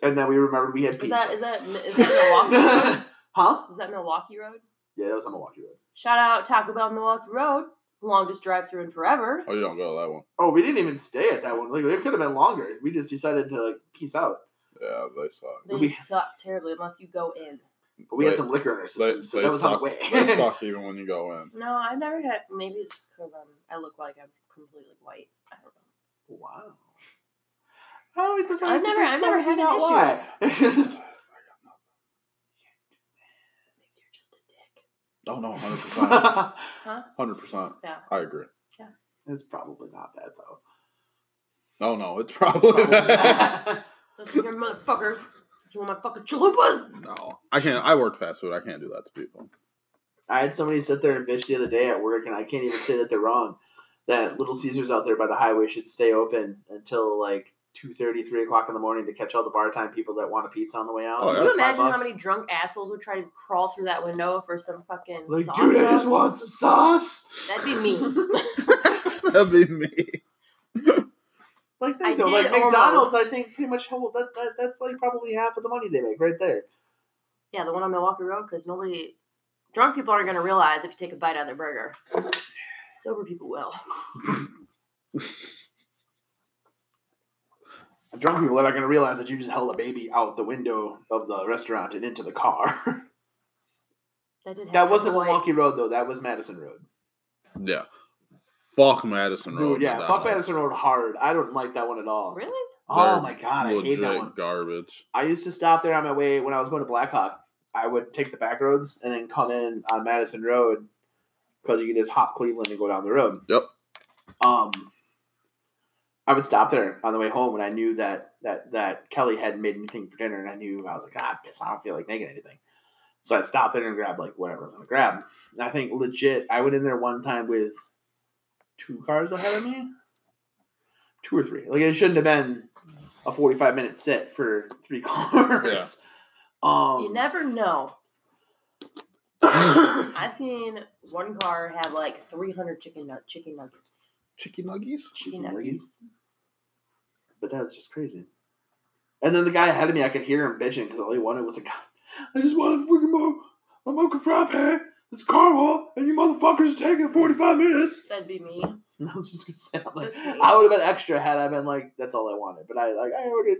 Speaker 3: and then we remembered we had
Speaker 1: Is
Speaker 3: pizza.
Speaker 1: that is that is that Milwaukee? Road?
Speaker 3: huh?
Speaker 1: Is that Milwaukee Road?
Speaker 3: Yeah, that was on Milwaukee Road.
Speaker 1: Shout out Taco Bell Milwaukee Road, longest drive-through in forever.
Speaker 4: Oh, you don't go to that one.
Speaker 3: Oh, we didn't even stay at that one. Like it could have been longer. We just decided to like peace out.
Speaker 4: Yeah, they suck.
Speaker 1: They
Speaker 3: We-
Speaker 1: suck terribly unless you go in.
Speaker 3: But we
Speaker 4: They-
Speaker 3: had some liquor in our system,
Speaker 4: They,
Speaker 3: so
Speaker 4: they
Speaker 3: that was on the
Speaker 4: suck.
Speaker 3: way.
Speaker 4: they suck even when you go in.
Speaker 1: No, I've never had. Maybe it's just because um, I look like I'm completely white. I don't know.
Speaker 3: wow. Oh, it's
Speaker 1: I've never- I've never had an
Speaker 3: an issue.
Speaker 1: Maybe you're just a dick.
Speaker 4: Oh, no, 100%. 100%.
Speaker 1: Yeah.
Speaker 4: I agree.
Speaker 3: it's probably not that though.
Speaker 4: Oh, no, it's probably.
Speaker 3: Probably.
Speaker 1: Those bigger motherfuckers. You want my fucking chalupas?
Speaker 4: no. I can't. I work fast food. I can't do that to people.
Speaker 3: I had somebody sit there and bitch the other day at work, and I can't even say that they're wrong. That Little Caesars out there by the highway should stay open until like 2.30, 3 o'clock in the morning to catch all the bar time people that want a pizza on the way out.
Speaker 4: Oh,
Speaker 1: Can you
Speaker 4: yeah.
Speaker 3: Uh, Five
Speaker 1: imagine how
Speaker 3: bucks.
Speaker 1: many drunk assholes would try to crawl through that window for some fucking
Speaker 3: Like,
Speaker 1: sauce?
Speaker 3: dude, I just want some sauce.
Speaker 1: That'd be me.
Speaker 4: That'd be me.
Speaker 3: Like,
Speaker 1: I
Speaker 3: they do.
Speaker 1: did
Speaker 3: like
Speaker 1: almost.
Speaker 3: McDonald's, I think pretty much well, that, that that's like probably half of the money they make right there.
Speaker 1: yeah, the one on Milwaukee Road, because nobody, drunk people aren't gonna realize if you take a bite out of their burger. Sober people will.
Speaker 3: Drunk people are not gonna realize that you just held a baby out the window of the restaurant and into the car.
Speaker 1: That did.
Speaker 3: that
Speaker 1: happen.
Speaker 3: wasn't
Speaker 1: Like,
Speaker 3: Milwaukee Road though. That was Madison Road.
Speaker 4: Yeah. Fuck Madison Road.
Speaker 3: Dude, yeah, fuck
Speaker 4: McDonald's.
Speaker 3: Madison Road hard. I don't like that one at all.
Speaker 1: Really?
Speaker 3: Oh
Speaker 4: They're
Speaker 3: my god, I hate that
Speaker 4: legit
Speaker 3: one.
Speaker 4: Garbage.
Speaker 3: I used to stop there on my way when I was going to Blackhawk. I would take the back roads and then come in on Madison Road because you can just hop Cleveland and go down the road.
Speaker 4: Yep.
Speaker 3: Um, I would stop there on the way home, and I knew that that that Kelly had made anything for dinner, and I knew I was like, God, I guess I don't feel like making anything. So I'd stop there and grab like whatever I was gonna grab. And I think legit, I went in there one time with two cars ahead of me, two or three. Like it shouldn't have been a forty-five minute sit for three cars.
Speaker 4: Yeah.
Speaker 3: Um,
Speaker 1: You never know.
Speaker 3: never.
Speaker 1: I've seen one car have like 300 chicken nug- chicken nuggets.
Speaker 4: Chicken nuggets?
Speaker 1: Chicken
Speaker 3: Chicken
Speaker 1: nuggets.
Speaker 3: But that's just crazy. And then the guy ahead of me, I could hear him bitching because all he wanted was a guy. I just want a freaking mo, a mocha frappe. It's caramel, and you motherfuckers taking forty five minutes.
Speaker 1: That'd be me.
Speaker 3: And I was just gonna say, I'm like,
Speaker 1: Okay.
Speaker 3: I would have been extra had I been like, that's all I wanted. But I like, I ordered.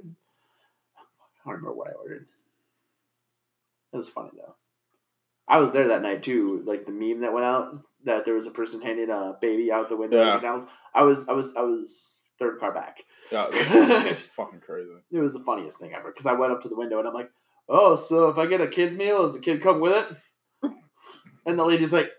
Speaker 3: I don't remember what I ordered. It was funny though. I was there that night too. Like the meme that went out that there was a person handing a baby out the window.
Speaker 4: Yeah.
Speaker 3: at McDonald's. I was I was I was third car back.
Speaker 4: Yeah, that's, that's fucking crazy.
Speaker 3: It was the funniest thing ever because I went up to the window and I'm like, "Oh, so if I get a kid's meal, does the kid come with it?" And the lady's like,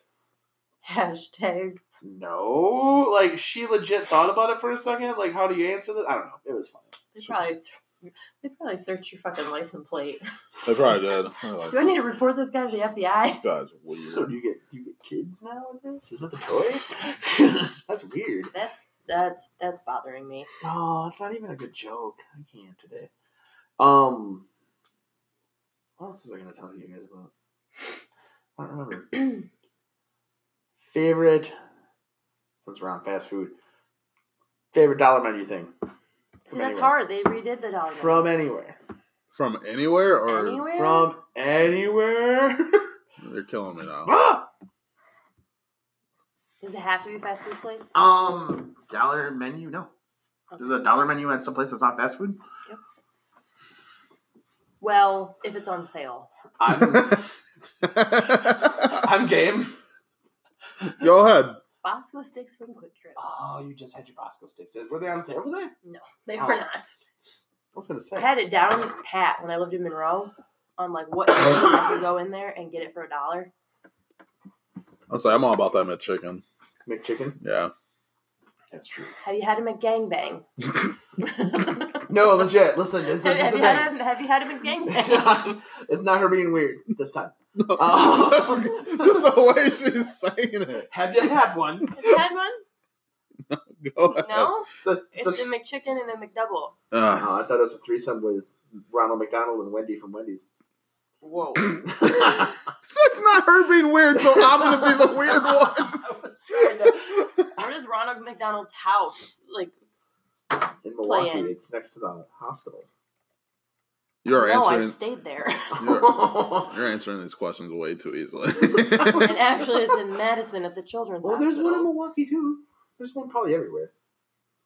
Speaker 1: Hashtag.
Speaker 3: "No." Like she legit thought about it for a second. Like, how do you answer this? I don't know. It was funny.
Speaker 1: They probably ser- they probably searched your fucking license plate.
Speaker 4: They probably did. They're
Speaker 3: Oh,
Speaker 4: like,
Speaker 1: Do I need to report this guy to the FBI?
Speaker 4: This guy's weird.
Speaker 3: So do you get do you get kids now in this? Is that the toy? That's weird.
Speaker 1: That's that's that's bothering me.
Speaker 3: No, that's not even a good joke. I can't today. Um, what else was I going to tell you guys about? I don't remember. favorite, since we're on fast food, favorite dollar menu thing.
Speaker 1: See,
Speaker 3: From
Speaker 1: that's
Speaker 3: anywhere.
Speaker 1: hard. They redid the dollar.
Speaker 3: From anywhere.
Speaker 4: From anywhere
Speaker 1: menu.
Speaker 4: or
Speaker 1: anywhere.
Speaker 3: From anywhere.
Speaker 4: you're killing me now.
Speaker 3: Ah!
Speaker 1: Does it have to be a fast food place?
Speaker 3: um, dollar menu? No. There's a
Speaker 1: Okay.
Speaker 3: dollar menu at some place that's not fast food?
Speaker 1: Well, if it's on sale.
Speaker 3: I'm, I'm game.
Speaker 4: Go ahead.
Speaker 1: Bosco sticks from Quick Trip.
Speaker 3: Oh, you just had your Bosco sticks. Were they on sale today?
Speaker 1: They
Speaker 3: Oh.
Speaker 1: were not.
Speaker 3: I was gonna say.
Speaker 1: I had it down pat when I lived in Monroe. On like what I could go in there and get it for a dollar.
Speaker 4: I'll say I'm all about that McChicken.
Speaker 3: McChicken.
Speaker 4: Yeah.
Speaker 3: That's true.
Speaker 1: Have you had a McGangbang?
Speaker 3: No, legit. Listen, it's,
Speaker 1: have,
Speaker 3: it's,
Speaker 1: have
Speaker 3: it's a
Speaker 1: you
Speaker 3: thing.
Speaker 1: had a, have you had a
Speaker 3: It's
Speaker 1: McGangbang?
Speaker 3: not, it's not her being weird this time. Oh.
Speaker 4: Just the way she's saying it.
Speaker 3: Have you had one?
Speaker 1: Have you had one?
Speaker 4: Go ahead.
Speaker 1: No.
Speaker 3: It's a,
Speaker 1: It's
Speaker 3: it's a,
Speaker 1: a McChicken and a McDouble.
Speaker 4: Ah,
Speaker 3: oh, I thought it was a threesome with Ronald McDonald and Wendy from Wendy's.
Speaker 1: Whoa.
Speaker 4: that's not her being weird, so I'm gonna be the weird one.
Speaker 3: I was trying to-
Speaker 1: Where does Ronald McDonald's house? Like
Speaker 3: In Milwaukee,
Speaker 1: Playing.
Speaker 3: it's next to the hospital.
Speaker 4: You're
Speaker 1: no, I
Speaker 4: answering.
Speaker 1: stayed there.
Speaker 3: well,
Speaker 4: You're answering these questions way too easily.
Speaker 1: and actually, it's in Madison at the Children's.
Speaker 3: there's one in
Speaker 1: Hospital.
Speaker 3: Milwaukee too. There's one probably everywhere.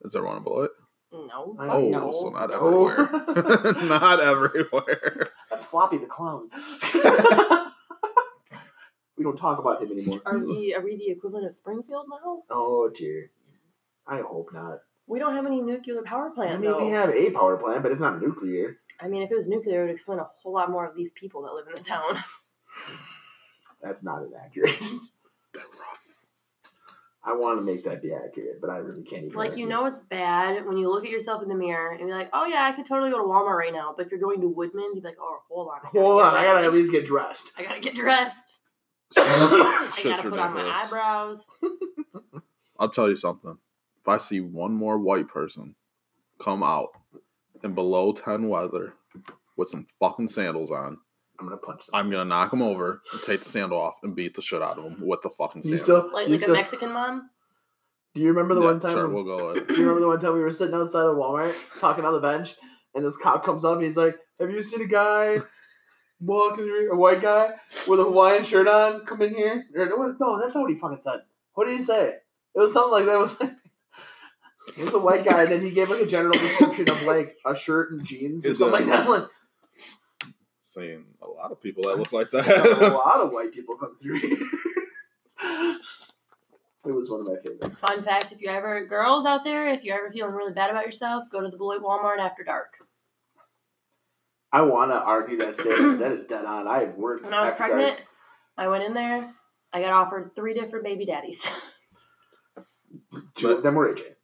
Speaker 4: Is there one in Beloit?
Speaker 1: No.
Speaker 3: I
Speaker 1: fuck
Speaker 4: Oh,
Speaker 3: know.
Speaker 4: so
Speaker 1: no.
Speaker 4: not
Speaker 3: No.
Speaker 4: everywhere. not everywhere.
Speaker 3: That's Floppy the clown. we don't talk about him anymore.
Speaker 1: Are we are we the equivalent of Springfield now?
Speaker 3: Oh dear. I hope not.
Speaker 1: We don't have any nuclear power
Speaker 3: I
Speaker 1: plant
Speaker 3: mean, we
Speaker 1: though.
Speaker 3: have a power plant, but it's not nuclear.
Speaker 1: I mean, if it was nuclear, it would explain a whole lot more of these people that live in the town.
Speaker 3: That's not as accurate. I want to make that be accurate, but I really can't even.
Speaker 1: like you
Speaker 3: argue.
Speaker 1: know, it's bad when you look at yourself in the mirror and you're like, "Oh yeah, I could totally go to Walmart right now." But if you're going to Woodman, you'd be like, "Oh, hold on, I gotta
Speaker 3: Hold
Speaker 1: get
Speaker 3: on, I gotta at
Speaker 1: ready.
Speaker 3: least get dressed.
Speaker 1: I gotta get dressed. I
Speaker 4: Shit's
Speaker 1: gotta put on my
Speaker 4: ridiculous.
Speaker 1: eyebrows."
Speaker 4: I'll tell you something. If I see one more white person come out in below 10 weather with some fucking sandals on,
Speaker 3: I'm gonna punch them.
Speaker 4: I'm going to knock him over and take the sandal off and beat the shit out of him with the fucking
Speaker 3: You
Speaker 4: sandal.
Speaker 3: still,
Speaker 1: Like,
Speaker 3: you
Speaker 1: like a
Speaker 3: still,
Speaker 1: Mexican mom.
Speaker 3: do you remember the
Speaker 4: Yeah,
Speaker 3: one time?
Speaker 4: Sure,
Speaker 3: we-
Speaker 4: we'll go with
Speaker 3: do you remember the one time we were sitting outside of Walmart talking on the bench, and this cop comes up and he's like, "Have you seen a guy walking through a white guy with a Hawaiian shirt on come in here?" Or, no, no, that's not what he fucking said. What did he say? It was something like that. It was like. It was a white guy, and then he gave like a general description of like a shirt and jeans or
Speaker 4: It's
Speaker 3: something
Speaker 4: a-
Speaker 3: like that. Like,
Speaker 4: Seeing a lot of people that look like
Speaker 3: a
Speaker 4: that.
Speaker 3: lot of white people come through here. it was one of my favorites.
Speaker 1: Fun fact: If you ever girls out there, if you're ever feeling really bad about yourself, go to the Beloit Walmart after dark.
Speaker 3: I want to argue that statement. that is dead on. I've worked.
Speaker 1: When I was
Speaker 3: after dark.
Speaker 1: pregnant, I went in there. I got offered three different baby daddies.
Speaker 3: Two of them were AJ.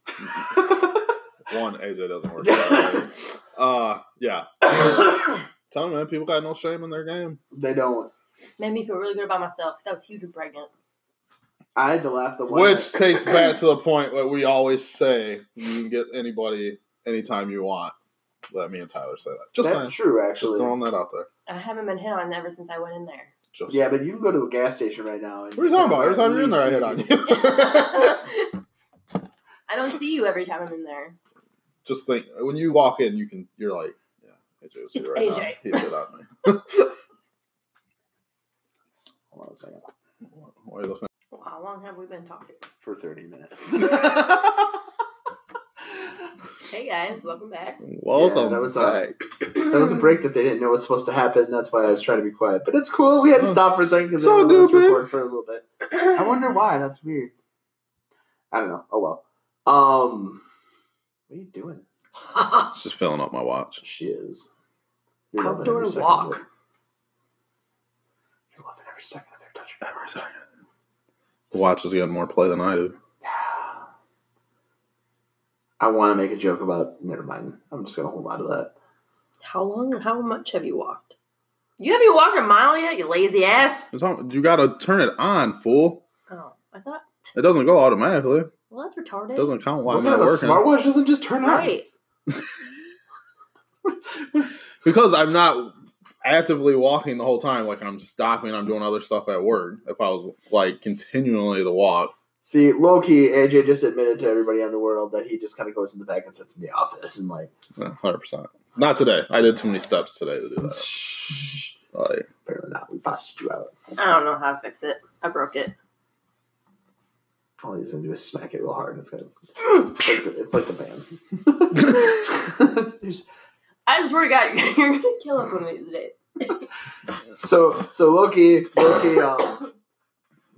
Speaker 4: One, AJ doesn't work. out. uh, yeah. Tell me, man, people got no shame in their game.
Speaker 3: they don't.
Speaker 1: Made me feel really good about myself because I was hugely pregnant.
Speaker 3: I had to laugh the one.
Speaker 4: Which
Speaker 3: night-
Speaker 4: takes back to the point where we always say you can get anybody anytime you want. Let me and Tyler say that. Just
Speaker 3: that's
Speaker 4: saying.
Speaker 3: true,
Speaker 4: Just
Speaker 3: actually.
Speaker 4: throwing that out there.
Speaker 1: I haven't been hit on ever since I went in there.
Speaker 4: Just
Speaker 3: yeah, but you can go to a gas station right now. And
Speaker 4: What are you talking about? Every time you're in there, I hit on you.
Speaker 1: I don't see you every time I'm in there.
Speaker 4: Just think when you walk in, you can. You're like, yeah, AJ was here right
Speaker 1: It's
Speaker 4: now.
Speaker 1: AJ.
Speaker 4: He hit on me.
Speaker 3: Hold on a second.
Speaker 4: Why are you looking? at-
Speaker 1: Wow, how long have we been talking?
Speaker 3: For thirty minutes.
Speaker 1: Hey guys, welcome back.
Speaker 4: Welcome
Speaker 3: that was, uh,
Speaker 4: back.
Speaker 3: That was a break that they didn't know was supposed to happen. That's why I was trying to be quiet. But it's cool. We had to stop for a second because
Speaker 4: It's all good, man.
Speaker 3: record for a little bit. I wonder why. That's weird. I don't know. Oh well. Um, what are you doing?
Speaker 4: It's just filling up my watch.
Speaker 3: She is. You're loving
Speaker 1: Outdoor
Speaker 3: every second of
Speaker 1: walk.
Speaker 3: it. You're loving every second of it, don't you?
Speaker 4: Every second. The watch is getting more play than I do.
Speaker 3: I want to make a joke about. Never mind. I'm just gonna hold on to that.
Speaker 1: How long or how much have you walked? You haven't walked a mile yet, you lazy ass.
Speaker 4: It's all- You gotta turn it on, fool.
Speaker 1: Oh, I thought.
Speaker 4: It doesn't go automatically.
Speaker 1: Well, that's retarded.
Speaker 4: It doesn't count while
Speaker 3: What
Speaker 4: I'm
Speaker 3: kind
Speaker 4: not
Speaker 3: of a
Speaker 4: working.
Speaker 3: smartwatch doesn't just turn on?
Speaker 1: right.
Speaker 4: because I'm not actively walking the whole time. Like I'm stopping, I'm doing other stuff at work. If I was like continually the walk,
Speaker 3: See, low key, AJ just admitted to everybody in the world that he just kind of goes in the back and sits in the office and like.
Speaker 4: hundred percent. Not today. I did too many steps today to do that.
Speaker 3: Shh.
Speaker 4: Like
Speaker 3: Apparently not. We busted you out.
Speaker 1: I don't know how to fix it. I broke it.
Speaker 3: All he's gonna do is smack it real hard. and It's gonna. It's like the, it's like the band. There's-
Speaker 1: I swear to God, you're, you're gonna kill us one of these days.
Speaker 3: so so Loki Loki um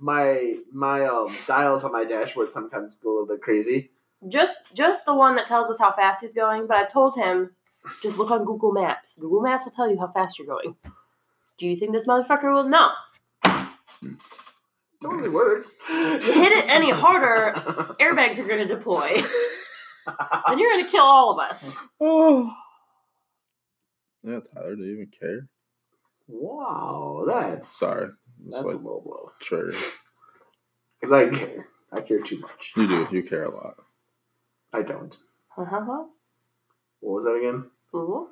Speaker 3: my my um dials on my dashboard sometimes go a little bit crazy.
Speaker 1: Just, just the one that tells us how fast he's going. But I told him, just look on Google Maps. Google Maps will tell you how fast you're going. Do you think this motherfucker will? No.
Speaker 3: Totally works.
Speaker 1: If you hit it any harder, airbags are gonna deploy. then you're gonna kill all of us.
Speaker 4: oh. Yeah, Tyler, do you even care?
Speaker 3: Wow, that's
Speaker 4: Sorry. It's
Speaker 3: That's a
Speaker 4: like
Speaker 3: low blow.
Speaker 4: trigger.
Speaker 3: Because I care. I care too much.
Speaker 4: You do. You care a lot.
Speaker 3: I don't.
Speaker 1: Uh-huh.
Speaker 3: What was that again?
Speaker 1: Ooh.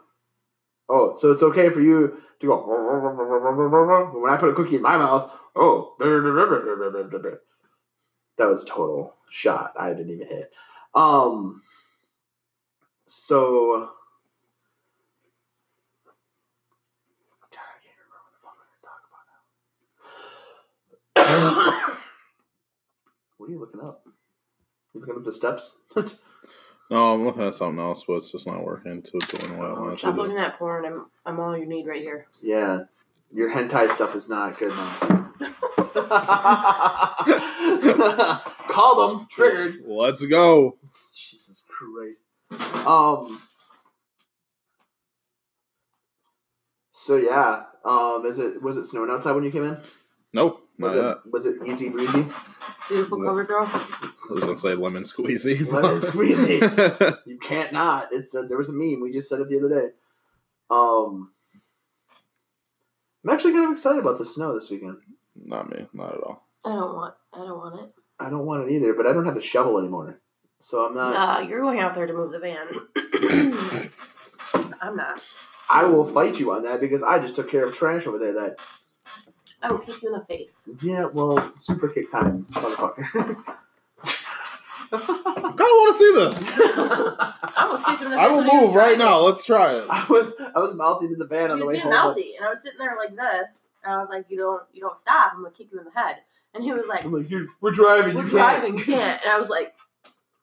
Speaker 3: Oh, so it's okay for you to go. But when I put a cookie in my mouth, oh, that was a total shot. I didn't even hit. Um, so. God, I can't remember what the fuck I'm gonna talk about now. what are you looking up? You looking up the steps?
Speaker 4: No, I'm looking at something else, but it's just not working. To doing what
Speaker 3: Oh,
Speaker 4: I want it
Speaker 1: Stop
Speaker 4: to
Speaker 1: looking
Speaker 4: do.
Speaker 1: at porn. I'm, I'm all you need right here.
Speaker 3: Yeah, your hentai stuff is not good enough. Call them triggered.
Speaker 4: Let's go.
Speaker 3: Jesus Christ. Um. So yeah, um, is it was it snowing outside when you came in?
Speaker 4: Nope. Not
Speaker 3: Was
Speaker 4: that.
Speaker 3: it was it easy breezy?
Speaker 1: Beautiful
Speaker 4: What?
Speaker 1: cover girl.
Speaker 4: I was gonna say lemon squeezy.
Speaker 3: Lemon squeezy. You can't not. It's a, there was a meme we just said it the other day. Um, I'm actually kind of excited about the snow this weekend.
Speaker 4: not me. Not at all.
Speaker 1: I don't want. I don't want it.
Speaker 3: I don't want it either, but I don't have a shovel anymore, so I'm not.
Speaker 1: Uh, you're going out there to move the van. I'm not.
Speaker 3: I will fight you on that because I just took care of trash over there. That
Speaker 1: I will kick you in the face.
Speaker 3: yeah, well, super kick time, motherfucker.
Speaker 4: I kind of want to see this.
Speaker 1: I almost kicked you in the face.
Speaker 4: I will
Speaker 1: when you
Speaker 4: move
Speaker 1: were
Speaker 4: right
Speaker 1: driving.
Speaker 4: now. Let's try it.
Speaker 3: I was I was mouthing to the van on
Speaker 1: He was
Speaker 3: the way
Speaker 1: being
Speaker 3: home.
Speaker 1: mouthy, and I was sitting there like this, and I was like, "You don't, you don't stop. I'm gonna kick you in the head." And he was like,
Speaker 3: but I'm like, "Dude, we're driving.
Speaker 1: "We're
Speaker 3: you
Speaker 1: driving, you
Speaker 3: Can't.
Speaker 1: can't." And I was like,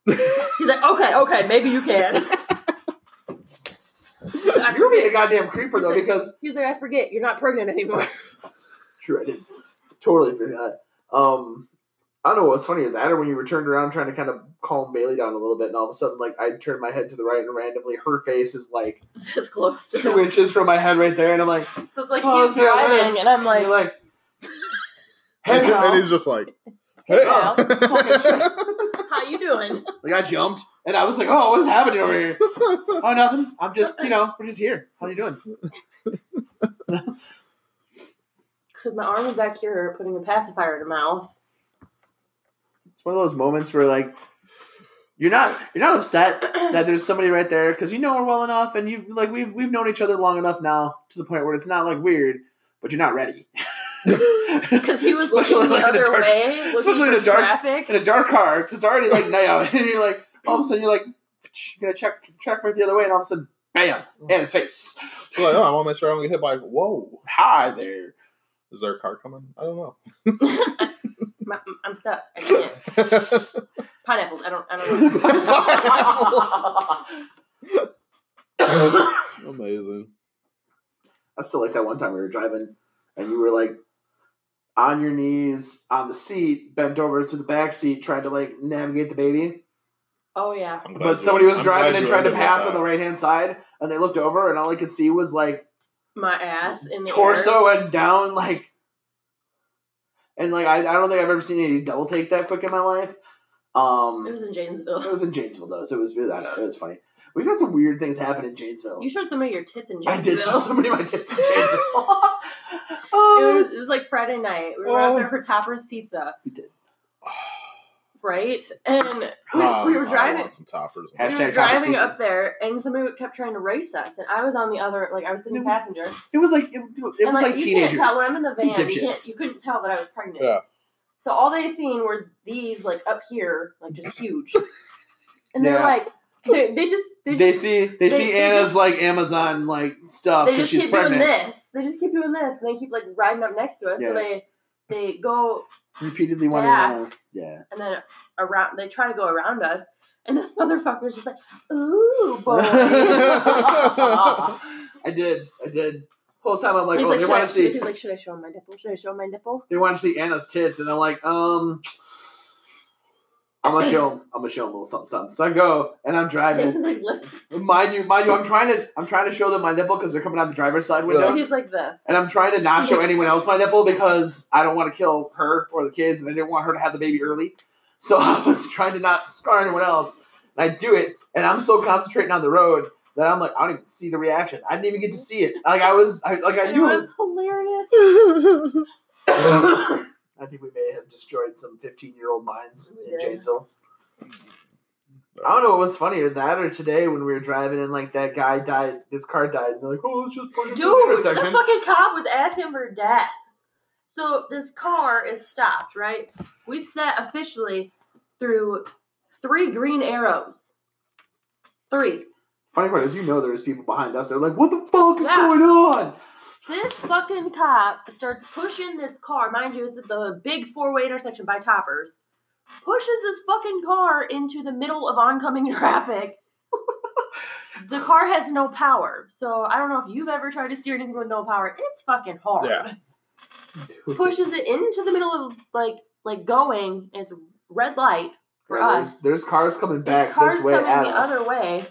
Speaker 1: "He's like, okay, okay, maybe you can." I
Speaker 3: You're being a
Speaker 1: forget.
Speaker 3: goddamn creeper though, because
Speaker 1: He's like, "I forget. You're not pregnant anymore."
Speaker 3: true, I did totally forgot. Um, I don't know what's funnier that or when you were turned around trying to kind of calm Bailey down a little bit, and all of a sudden, like I turned my head to the right, and randomly her face is like
Speaker 1: It's close. To
Speaker 3: two inches from my head right there, and I'm like,
Speaker 1: So it's like
Speaker 3: Oh,
Speaker 1: he's
Speaker 3: it's your
Speaker 1: driving, and I'm
Speaker 3: like,
Speaker 1: like,
Speaker 3: like hey now.
Speaker 4: and he's just like,
Speaker 1: Hey,
Speaker 4: hey.
Speaker 1: now.
Speaker 3: Fucking shit.
Speaker 1: "How you doing?"
Speaker 3: Like I jumped and I was like, "Oh, what is happening over here?" oh, nothing. I'm just, you know, we're just here. How you doing?
Speaker 1: Because my arm was back here putting a pacifier in her mouth.
Speaker 3: It's one of those moments where like you're not you're not upset that there's somebody right there because you know her well enough and you like we've we've known each other long enough now to the point where it's not like weird, but you're not ready.
Speaker 1: Because he was
Speaker 3: Especially,
Speaker 1: looking the
Speaker 3: like, in a
Speaker 1: other
Speaker 3: dark-
Speaker 1: way, looking
Speaker 3: especially in
Speaker 1: for
Speaker 3: a dark-
Speaker 1: traffic.
Speaker 3: in a dark car because it's already like night out and you're like all of a sudden you're like you're gonna check check right the other way and all of a sudden bam in his face.
Speaker 4: She's like, oh, I want to make sure I don't get hit by. Whoa,
Speaker 3: Hi there.
Speaker 4: is there a car coming? I don't know.
Speaker 1: My- I'm stuck. I can't. Pineapples. I don't. I don't know.
Speaker 4: Amazing.
Speaker 3: I still like that one time we were driving and you were like on your knees on the seat, bent over to the back seat, trying to like navigate the baby.
Speaker 1: oh yeah.
Speaker 4: I'm glad
Speaker 3: But
Speaker 4: you-
Speaker 3: somebody was
Speaker 4: I'm glad
Speaker 3: driving and
Speaker 4: you
Speaker 3: tried to
Speaker 4: ended with
Speaker 3: pass on
Speaker 4: that.
Speaker 3: the right hand side, and they looked over, and all I could see was like
Speaker 1: My ass in the Air.
Speaker 3: torso and down, like. And like I, I don't think I've ever seen any double take that quick in my life. Um,
Speaker 1: It was in
Speaker 3: It
Speaker 1: Janesville.
Speaker 3: was in Janesville though, so it was I don't know, it was funny. We've had some weird things happen in Janesville.
Speaker 1: You showed some of your tits in
Speaker 3: I did
Speaker 1: Janesville.
Speaker 3: show somebody my tits in Janesville.
Speaker 1: It
Speaker 3: oh,
Speaker 1: was, it was like Friday night. We were out
Speaker 4: Oh.
Speaker 1: there for Topper's Pizza.
Speaker 3: We did.
Speaker 1: Right? And we,
Speaker 4: Ah,
Speaker 1: we were
Speaker 4: I
Speaker 1: driving.
Speaker 4: want some toppers.
Speaker 1: We
Speaker 3: Oh, Hashtag
Speaker 1: were
Speaker 3: Topper's
Speaker 1: driving
Speaker 3: Pizza.
Speaker 1: up there, and somebody kept trying to race us, and I was on the other, like I was
Speaker 3: It
Speaker 1: sitting
Speaker 3: was-
Speaker 1: passenger. It
Speaker 3: it was like it, it was like,
Speaker 1: you
Speaker 3: teenagers.
Speaker 1: can't tell when I'm in the
Speaker 3: Some
Speaker 1: van. You,
Speaker 3: dipshits.
Speaker 1: can't, you couldn't tell that I was pregnant.
Speaker 4: Yeah.
Speaker 1: So all they seen were these, like up here, like just huge, and they're
Speaker 3: Yeah.
Speaker 1: like, they, they just they
Speaker 3: They
Speaker 1: just
Speaker 3: see they,
Speaker 1: they-
Speaker 3: see
Speaker 1: they
Speaker 3: Anna's
Speaker 1: just-
Speaker 3: like Amazon like stuff
Speaker 1: they
Speaker 3: because
Speaker 1: just
Speaker 3: she's
Speaker 1: keep
Speaker 3: pregnant.
Speaker 1: doing this. They just keep doing this, and they keep like riding up next to us.
Speaker 3: Yeah.
Speaker 1: So they they go
Speaker 3: Repeatedly wanting
Speaker 1: Yeah.
Speaker 3: to yeah.
Speaker 1: and then around they try to go around us and this motherfucker's just like ooh boy
Speaker 3: I did. I did. Whole time I'm like,
Speaker 1: he's,
Speaker 3: oh,
Speaker 1: like,
Speaker 3: they
Speaker 1: should
Speaker 3: want
Speaker 1: I,
Speaker 3: to see
Speaker 1: he's like should i show him my nipple should i show him my nipple
Speaker 3: they want to see Anna's tits, and I'm like, um, I'm gonna show 'em- I'm gonna show 'em a little something, something. So I go and I'm
Speaker 1: he's
Speaker 3: driving.
Speaker 1: like, lift-
Speaker 3: mind you, mind you, I'm trying to I'm trying to show them my nipple because they're coming out the driver's side window.
Speaker 1: he's like this
Speaker 3: And I'm trying to not show anyone else my nipple because I don't want to kill her or the kids, and I didn't want her to have the baby early. So I was trying to not scar anyone else. And I do it, and I'm so concentrating on the road that I'm like, I don't even see the reaction. I didn't even get to see it. Like I was, I, like I
Speaker 1: it
Speaker 3: knew
Speaker 1: was hilarious
Speaker 3: I think we may have destroyed some 15 year old minds in
Speaker 1: Yeah.
Speaker 3: Janesville. I don't know what was funnier, that or today when we were driving and like that guy died, his car died, and they're like, oh, let's just push him
Speaker 1: dude
Speaker 3: through the
Speaker 1: the
Speaker 3: intersection.
Speaker 1: fucking cop was asking for death so this car is stopped right we've sat officially through three green arrows three
Speaker 3: Funny part is, you know, there was people behind us. They're like, what the fuck is
Speaker 1: Yeah.
Speaker 3: going on?
Speaker 1: This fucking cop starts pushing this car. Mind you, it's at the big four way intersection by Toppers. Pushes this fucking car into the middle of oncoming traffic. the car has no power. So I don't know if you've ever tried to steer anything with no power. It's fucking hard.
Speaker 4: Yeah.
Speaker 1: Pushes it into the middle of like like going. It's red light for
Speaker 3: Yeah,
Speaker 1: us.
Speaker 3: there's, there's cars coming
Speaker 1: His
Speaker 3: back
Speaker 1: car's
Speaker 3: this way
Speaker 1: coming
Speaker 3: at
Speaker 1: the
Speaker 3: us.
Speaker 1: other way,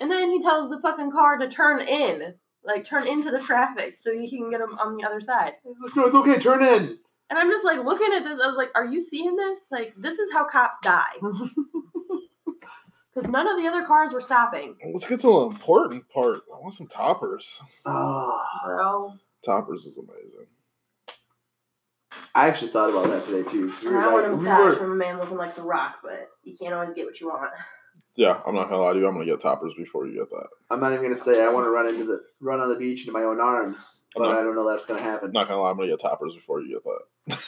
Speaker 1: and then he tells the fucking car to turn in, like turn into the traffic, so you can get him on the other side.
Speaker 3: He's like, no, it's okay, turn in.
Speaker 1: And I'm just like looking at this. I was like, "Are you seeing this? Like, this is how cops die." Because none of the other cars were stopping,
Speaker 4: Let's get to the important part. I want some toppers.
Speaker 3: Ah.
Speaker 1: bro.
Speaker 4: Toppers is amazing.
Speaker 3: I actually thought about that today too. 'cause We
Speaker 1: And
Speaker 3: were,
Speaker 1: I want a
Speaker 3: like, we
Speaker 1: massage
Speaker 3: were-
Speaker 1: from a man looking like The Rock, but you can't always get what you want.
Speaker 4: Yeah, I'm not gonna lie to you. I'm gonna get toppers before you get that.
Speaker 3: I'm not even gonna say I want to run into the run on the beach into my own arms, but
Speaker 4: Okay.
Speaker 3: I don't know that's gonna happen.
Speaker 4: I'm not gonna lie. I'm gonna get toppers before you get that.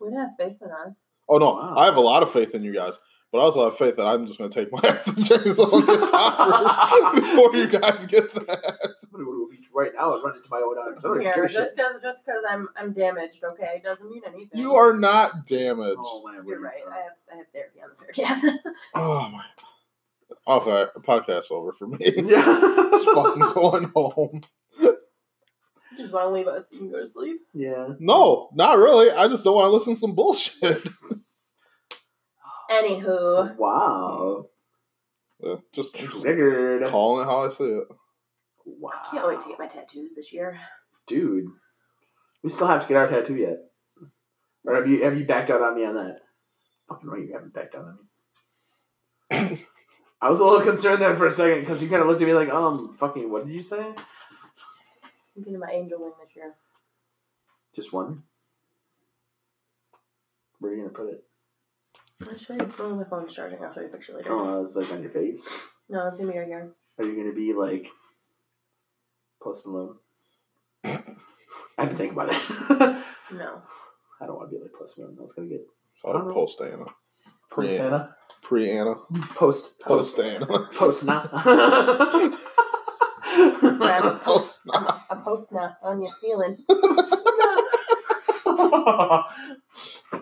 Speaker 1: We would have faith in us.
Speaker 4: Oh no,
Speaker 3: Wow.
Speaker 4: I have a lot of faith in you guys, but I also have faith that I'm just gonna take my ass and Janesville and get toppers before you guys get that.
Speaker 3: I'm gonna go to a beach right now and run into my own arms. I don't even
Speaker 1: Yeah,
Speaker 3: give a
Speaker 1: just
Speaker 3: shit.
Speaker 1: because just because I'm I'm damaged, okay, doesn't mean anything.
Speaker 4: You are not damaged.
Speaker 3: Oh, my
Speaker 1: You're
Speaker 3: words,
Speaker 1: right.
Speaker 3: uh,
Speaker 1: I have I have therapy on the therapy.
Speaker 4: Oh my. Okay, podcast over for me. it's
Speaker 3: Yeah.
Speaker 4: fucking going home.
Speaker 1: just want to leave us. You can go to sleep.
Speaker 3: yeah.
Speaker 4: No, not really. I just don't want to listen to some bullshit.
Speaker 1: Anywho,
Speaker 3: Wow.
Speaker 4: Yeah, Uh, just, just
Speaker 3: Triggered.
Speaker 4: calling it how I see it.
Speaker 3: Wow.
Speaker 1: I can't wait to get my tattoos this year.
Speaker 3: Dude, we still have to get our tattoo yet. Or have you have you backed out on me on that? Fucking right, you haven't backed out on me. I was a little concerned there for a second because you kind of looked at me like, um, fucking, what did you say?
Speaker 1: I'm getting my angel wing this year.
Speaker 3: Just one. Where are you gonna put it?
Speaker 1: I'll show you. Oh, my phone's charging. I'll show you a picture later.
Speaker 3: Oh, I was like on your face.
Speaker 1: No, it's gonna be right here.
Speaker 3: Are you gonna be like Post Malone? I had to think about it. I
Speaker 1: No.
Speaker 3: don't want to be like Post Malone. That's gonna get
Speaker 4: Call
Speaker 1: Uh-huh.
Speaker 4: it post Anna.
Speaker 3: post
Speaker 4: Yeah.
Speaker 3: Anna.
Speaker 4: Pre Anna.
Speaker 3: Post
Speaker 4: Post Anna.
Speaker 3: Post Nana.
Speaker 1: I'm a post.
Speaker 4: Post
Speaker 1: I'm
Speaker 4: Anna.
Speaker 1: a, a post now on your ceiling.
Speaker 3: oh,
Speaker 4: Oh,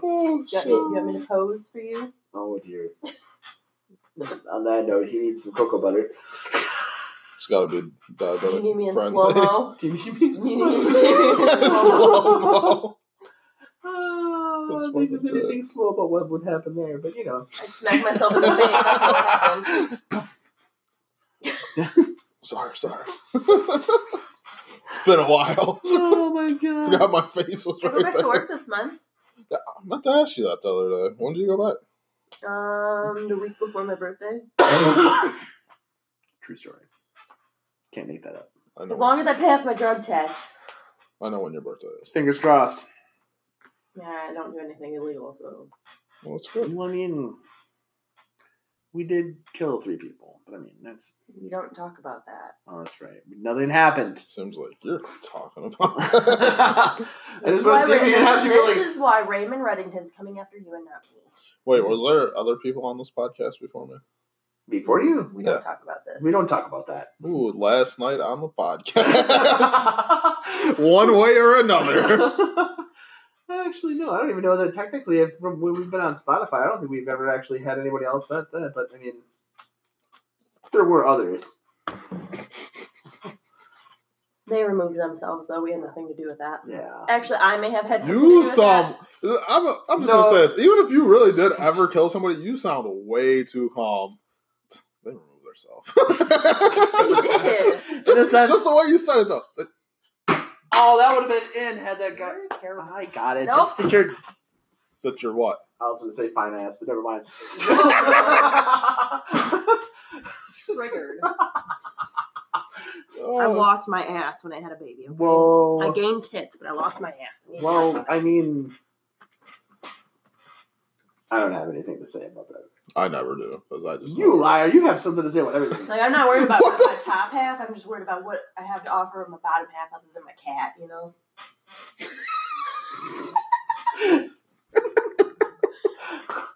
Speaker 4: Oh,
Speaker 1: You want, me, you want me to pose for you?
Speaker 3: Oh dear. On that note, he needs some cocoa butter.
Speaker 4: It's got to be
Speaker 1: You
Speaker 4: diabetic
Speaker 1: need me in slow
Speaker 4: friendly.
Speaker 1: mo.
Speaker 3: Do you mean
Speaker 4: Slow-mo.
Speaker 3: Oh, I
Speaker 4: That's
Speaker 3: don't think there's
Speaker 4: wonderful.
Speaker 3: anything slow about what would happen there, but you know.
Speaker 1: I smacked myself in the face. That's what happened.
Speaker 4: Sorry, sorry. it's been a while.
Speaker 3: Oh my god.
Speaker 4: Forgot my face was
Speaker 1: I go
Speaker 4: right
Speaker 1: back to
Speaker 4: there.
Speaker 1: work this month.
Speaker 4: I meant to ask you that the other day. When did you go back?
Speaker 1: Um, the week before my birthday.
Speaker 3: True story. Can't make that up.
Speaker 4: I know.
Speaker 1: As long as I pass my drug test.
Speaker 4: I know when your birthday is.
Speaker 3: Fingers crossed.
Speaker 1: Yeah, I don't do anything illegal, so
Speaker 4: Well, it's good.
Speaker 3: Well, I mean, we did kill three people, but I mean, that's
Speaker 1: we don't talk about that.
Speaker 3: oh, that's right. Nothing happened.
Speaker 4: Seems like you're talking about.
Speaker 3: I just want
Speaker 1: Why
Speaker 3: to see
Speaker 1: Raymond-
Speaker 3: if you can have people
Speaker 1: this
Speaker 3: like.
Speaker 1: is why Raymond Reddington's coming after you and not me.
Speaker 4: Wait, was there other people on this podcast before me?
Speaker 3: Before you,
Speaker 1: We don't
Speaker 4: Yeah.
Speaker 1: talk about this.
Speaker 3: we don't talk about that.
Speaker 4: Ooh, last night on the podcast. One way or another.
Speaker 3: actually, no, I don't even know that technically, if, from when we've been on Spotify, I don't think we've ever actually had anybody else that, that but I mean, there were others.
Speaker 1: They removed themselves, though. We had nothing to do with that.
Speaker 3: Yeah.
Speaker 1: Actually, I may have had something to do
Speaker 4: You
Speaker 1: with
Speaker 4: sound. I'm, I'm just
Speaker 3: No.
Speaker 4: gonna say this. Even if you really did ever kill somebody, you sound way too calm. They removed themselves.
Speaker 1: that. They did.
Speaker 3: In a
Speaker 4: just,
Speaker 3: sense,
Speaker 4: just the way you said it, though.
Speaker 3: oh, that would have been in had that guy.
Speaker 1: Very terrible.
Speaker 3: I got it.
Speaker 1: Nope.
Speaker 3: Just sit your
Speaker 4: Such your what?
Speaker 3: I was going to say fine ass, but never mind.
Speaker 1: Triggered. I
Speaker 4: Oh,
Speaker 1: lost my ass when I had a baby. Okay? I
Speaker 3: Whoa.
Speaker 1: gained tits, but I lost my ass. We ain't talking
Speaker 3: Well,
Speaker 1: about
Speaker 3: I mean, I don't have anything to say about that.
Speaker 4: I never do because I just
Speaker 3: You liar. You have something to say about everything.
Speaker 1: it. Like I'm not worried about
Speaker 4: What
Speaker 1: my top half. I'm just worried about what I have to offer my bottom half, other than my cat. You know.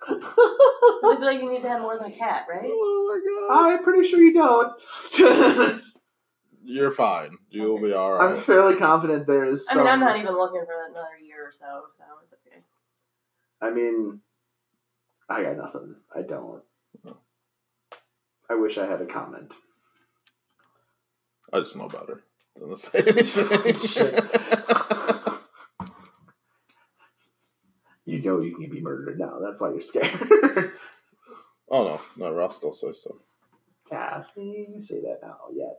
Speaker 1: I feel like you need to have more than a cat, right?
Speaker 4: Oh my god!
Speaker 3: I'm pretty sure you don't.
Speaker 4: You're fine. You'll be all
Speaker 3: I'm
Speaker 4: right.
Speaker 3: fairly confident there is.
Speaker 1: I
Speaker 3: Some,
Speaker 1: mean, I'm not even looking for another year or so, so it's okay.
Speaker 3: I mean, I got nothing. I don't. I wish I had a comment.
Speaker 4: I just know better than to say anything.
Speaker 3: You know you can be murdered now. That's why you're scared.
Speaker 4: Oh no, no, Ross still says so.
Speaker 3: Tassie, you say that now. Yeah.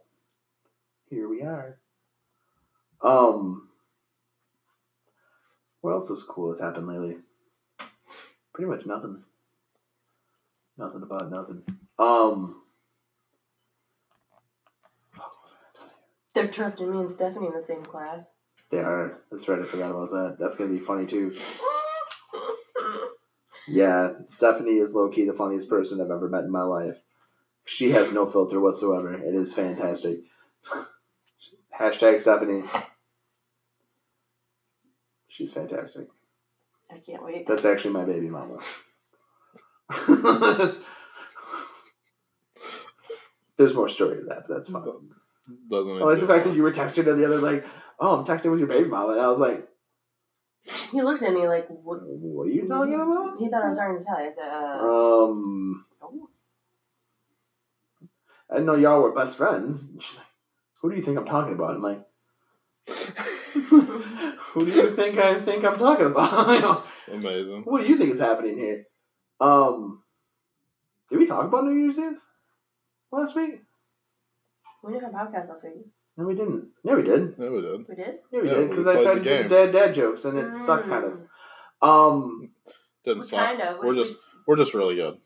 Speaker 3: Here we are. Um. What else is cool that's happened lately? Pretty much nothing. Nothing about nothing. Um. fuck, what was I gonna tell you?
Speaker 1: They're trusting me and Stephanie in the same class.
Speaker 3: They are. That's right. I forgot about that. That's gonna be funny too. Yeah, Stephanie is low key the funniest person I've ever met in my life. She has no filter whatsoever. It is fantastic. Hashtag Stephanie. She's fantastic.
Speaker 1: I can't wait.
Speaker 3: That's actually my baby mama. There's more story to that, but that's fine.
Speaker 4: Doesn't it?
Speaker 3: I like the
Speaker 4: do-
Speaker 3: fact that you were texting her the other like, oh, I'm texting with your baby mama, and I was like,
Speaker 1: He looked at me like, what?
Speaker 3: what are you talking about?
Speaker 1: He thought I was R and Kelly. I said, uh,
Speaker 3: Um,
Speaker 1: oh.
Speaker 3: I didn't know y'all were best friends. And she's like, Who do you think I'm talking about? I'm like, Who do you think I think I'm talking about? You know,
Speaker 4: Amazing.
Speaker 3: what do you think is happening here? Um, did we talk about New Year's Eve last week?
Speaker 1: we did a podcast last week.
Speaker 3: No, we didn't. Yeah, we did.
Speaker 4: Yeah, we did.
Speaker 1: We did.
Speaker 3: Yeah, we
Speaker 4: Yeah,
Speaker 3: did
Speaker 4: we
Speaker 3: because I
Speaker 4: played
Speaker 3: tried
Speaker 4: the
Speaker 3: to do
Speaker 4: game.
Speaker 3: dad dad jokes and it sucked kind of. Um,
Speaker 4: Didn't suck.
Speaker 1: Kind of.
Speaker 4: We're just we're just really good.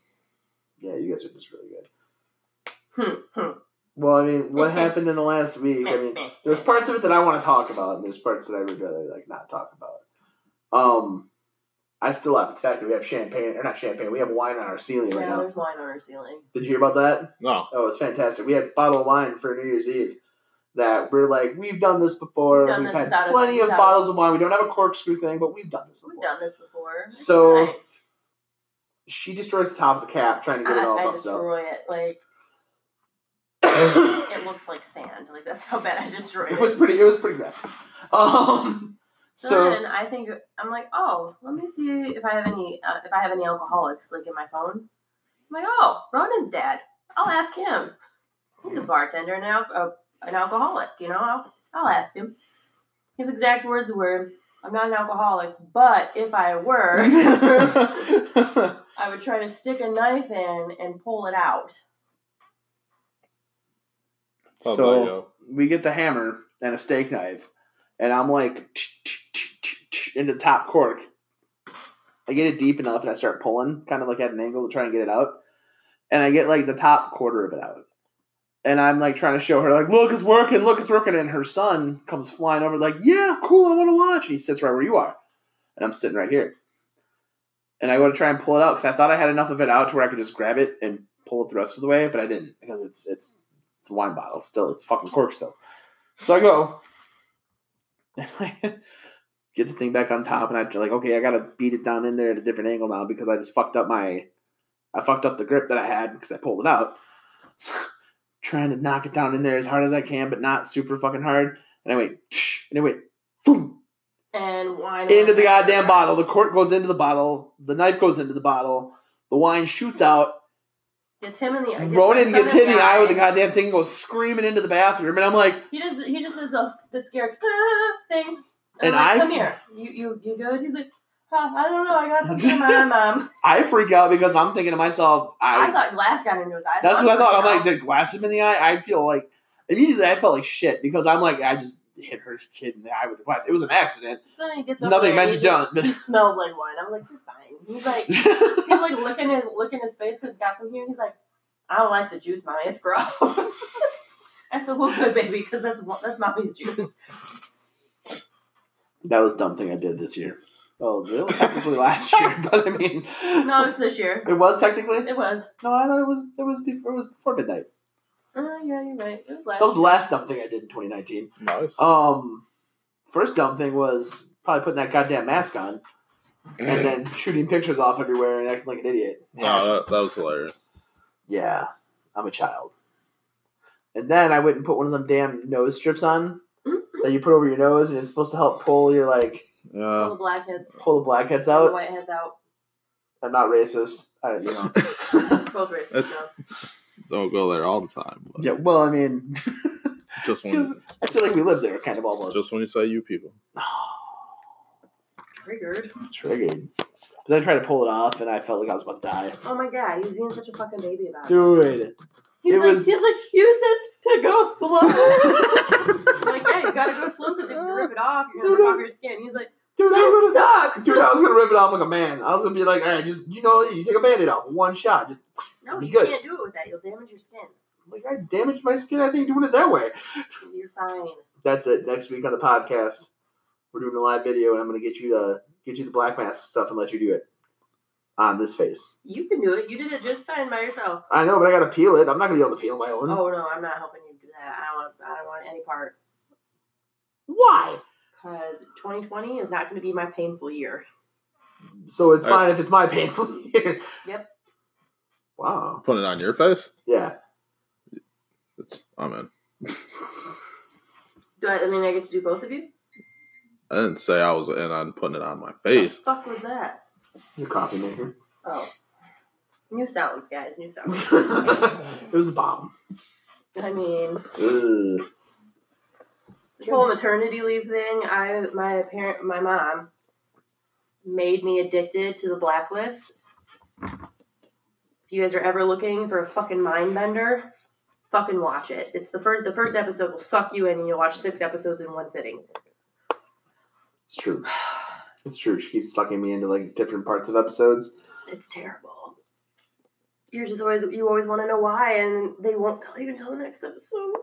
Speaker 3: yeah, you guys are just really good.
Speaker 1: Hmm, hmm.
Speaker 3: Well, I mean, what happened in the last week? I mean, there's parts of it that I want to talk about, and there's parts that I would rather like not talk about. Um, I still have the fact that we have champagne, or not champagne, we have wine on our ceiling
Speaker 1: Yeah,
Speaker 3: right now.
Speaker 1: there's wine on our ceiling.
Speaker 3: Did you hear about that?
Speaker 4: No,
Speaker 3: Oh, it's fantastic. We had a bottle of wine for New Year's Eve. That we're like, we've done this before.
Speaker 1: We've done
Speaker 3: We've
Speaker 1: this
Speaker 3: had
Speaker 1: without a-
Speaker 3: plenty of
Speaker 1: without-
Speaker 3: bottles of wine. We don't have a corkscrew thing, but we've done this
Speaker 1: We've
Speaker 3: before.
Speaker 1: done this before. It's
Speaker 3: So-
Speaker 1: fine.
Speaker 3: She destroys the top of the cap trying to get it all
Speaker 1: I, I
Speaker 3: busted up.
Speaker 1: destroy it. Like it looks like sand. Like that's how bad I destroyed it.
Speaker 3: It was pretty. It was pretty bad. Um,
Speaker 1: So,
Speaker 3: So
Speaker 1: then I think I'm like, oh, let me see if I have any uh, if I have any alcoholics like in my phone. I'm like, oh, Ronan's dad. I'll ask him. He's a bartender and al- uh, an alcoholic. You know, I'll, I'll ask him. His exact words were, "I'm not an alcoholic, but if I were, I would try to stick a knife in and pull it out."
Speaker 4: How
Speaker 3: So-
Speaker 4: about you?
Speaker 3: we get the hammer and a steak knife, and I'm like tch, tch, tch, tch, tch, into top cork. I get it deep enough, and I start pulling, kind of like at an angle to try and get it out, and I get like the top quarter of it out, and I'm like trying to show her, like, look, it's working, look, it's working, and her son comes flying over, like, yeah, cool, I want to watch, and he sits right where you are, and I'm sitting right here, and I go to try and pull it out because I thought I had enough of it out to where I could just grab it and pull it the rest of the way, but I didn't because it's it's it's a wine bottle still. It's fucking cork still. So I go and I get the thing back on top, and I'm like, okay, I gotta beat it down in there at a different angle now because I just fucked up my, I fucked up the grip that I had because I pulled it out. So, trying to knock it down in there as hard as I can, but not super fucking hard. And I went, and it went, boom,
Speaker 1: And wine
Speaker 3: into the goddamn bottle. The cork goes into the bottle. The knife goes into the bottle. The wine shoots out.
Speaker 1: Gets him in the. gets
Speaker 3: Ronan
Speaker 1: my son
Speaker 3: gets hit in the eye with the
Speaker 1: eye.
Speaker 3: goddamn thing and goes screaming into the bathroom. And I'm like,
Speaker 1: He just he just does the, the scared "Ah," thing. And,
Speaker 3: And
Speaker 1: I'm
Speaker 3: I-
Speaker 1: like, come here. You you you good? He's like, huh, I don't know. I got something in my eye, mom.
Speaker 3: I freak out because I'm thinking to myself, I,
Speaker 1: I, thought glass got into his eyes.
Speaker 3: that's
Speaker 1: so
Speaker 3: what I thought. I'm
Speaker 1: freaking
Speaker 3: like, did glass him in the eye? I feel like immediately I felt like shit because I'm like, I just hit her kid in the eye with the glass. It was an accident.
Speaker 1: out. "Oh." So then he gets up
Speaker 3: nothing
Speaker 1: there and
Speaker 3: meant
Speaker 1: he
Speaker 3: to
Speaker 1: just-
Speaker 3: jump.
Speaker 1: He smells like wine. I'm like, you're fine. He's like, he's like looking at looking his face because he's got some here. He's like, I don't like the juice, mommy. It's gross. I said, well, good baby, because that's wa- that's mommy's juice.
Speaker 3: that was a dumb thing I did this year. Oh, it was technically last year, but I mean,
Speaker 1: No, it's this year.
Speaker 3: it was technically.
Speaker 1: It was.
Speaker 3: No, I thought it was. It was before. It was before midnight.
Speaker 1: Oh yeah, you're right. It was last.
Speaker 3: So that was the last dumb thing I did in 2019.
Speaker 4: Nice.
Speaker 3: Um, first dumb thing was probably putting that goddamn mask on and then shooting pictures off everywhere and acting like an idiot.
Speaker 4: no, that, that was hilarious.
Speaker 3: Yeah, I'm a child. And then I went and put one of them damn nose strips on that you put over your nose, and it's supposed to help pull your like uh,
Speaker 1: All
Speaker 4: Yeah.
Speaker 1: the blackheads,
Speaker 3: pull the blackheads
Speaker 1: all the
Speaker 3: out.
Speaker 1: whiteheads out,
Speaker 3: I'm not racist. I don't, you know.
Speaker 1: both races.
Speaker 4: That's-
Speaker 1: so.
Speaker 4: Don't go there all the time. but
Speaker 3: yeah. Well, I mean,
Speaker 4: Just
Speaker 3: because
Speaker 4: when,
Speaker 3: I feel like we live there, kind of almost.
Speaker 4: just when you say you people.
Speaker 1: Triggered.
Speaker 3: Triggered. But then I tried to pull it off, and I felt like I was about to die.
Speaker 1: Oh my god, he's being such a fucking baby about it.
Speaker 3: Dude,
Speaker 1: He's
Speaker 3: it
Speaker 1: like,
Speaker 3: was-
Speaker 1: he's like, use it to go slow. I'm like, yeah, you gotta go slow because if you rip it off, you're gonna rip off your skin. He's like,
Speaker 3: dude, I
Speaker 1: this
Speaker 3: was gonna,
Speaker 1: sucks.
Speaker 3: dude, I was gonna rip it off like a man. I was gonna be like, all right, just you know, you take a band-aid off, one shot. Just
Speaker 1: no,
Speaker 3: be
Speaker 1: you
Speaker 3: good.
Speaker 1: can't do it with that. You'll damage your skin.
Speaker 3: like I damaged my skin. I think doing it that way.
Speaker 1: You're fine.
Speaker 3: that's it. Next week on the podcast, we're doing a live video, and I'm gonna get you the get you the black mask stuff and let you do it on this face.
Speaker 1: You can do it. You did it just fine by yourself.
Speaker 3: I know, but I gotta peel it. I'm not gonna be able to peel my own.
Speaker 1: Oh no, I'm not helping you do that. I don't want. I don't want any part.
Speaker 3: Why?
Speaker 1: Because 2020 is not going to be my painful year.
Speaker 3: So it's
Speaker 4: I-
Speaker 3: fine if it's my painful year.
Speaker 1: Yep.
Speaker 3: Wow.
Speaker 4: Put it on your face?
Speaker 3: Yeah.
Speaker 4: It's, I'm in.
Speaker 1: Do I, I mean, I get to do both of you.
Speaker 4: I didn't say I was in on putting it on my
Speaker 1: What the
Speaker 4: face.
Speaker 1: fuck was that?
Speaker 3: Your coffee maker.
Speaker 1: Oh, new sounds, guys. New sounds.
Speaker 3: it was the bomb.
Speaker 1: I mean,
Speaker 3: Ugh.
Speaker 1: this whole maternity leave thing. I my parent, my mom, made me addicted to the blacklist. If you guys are ever looking for a fucking mind bender, fucking watch it. It's the first. The first episode will suck you in, and you'll watch six episodes in one sitting.
Speaker 3: It's true. It's true. She keeps sucking me into like different parts of episodes.
Speaker 1: It's terrible. You're just always you always want to know why, and they won't tell you until the next episode.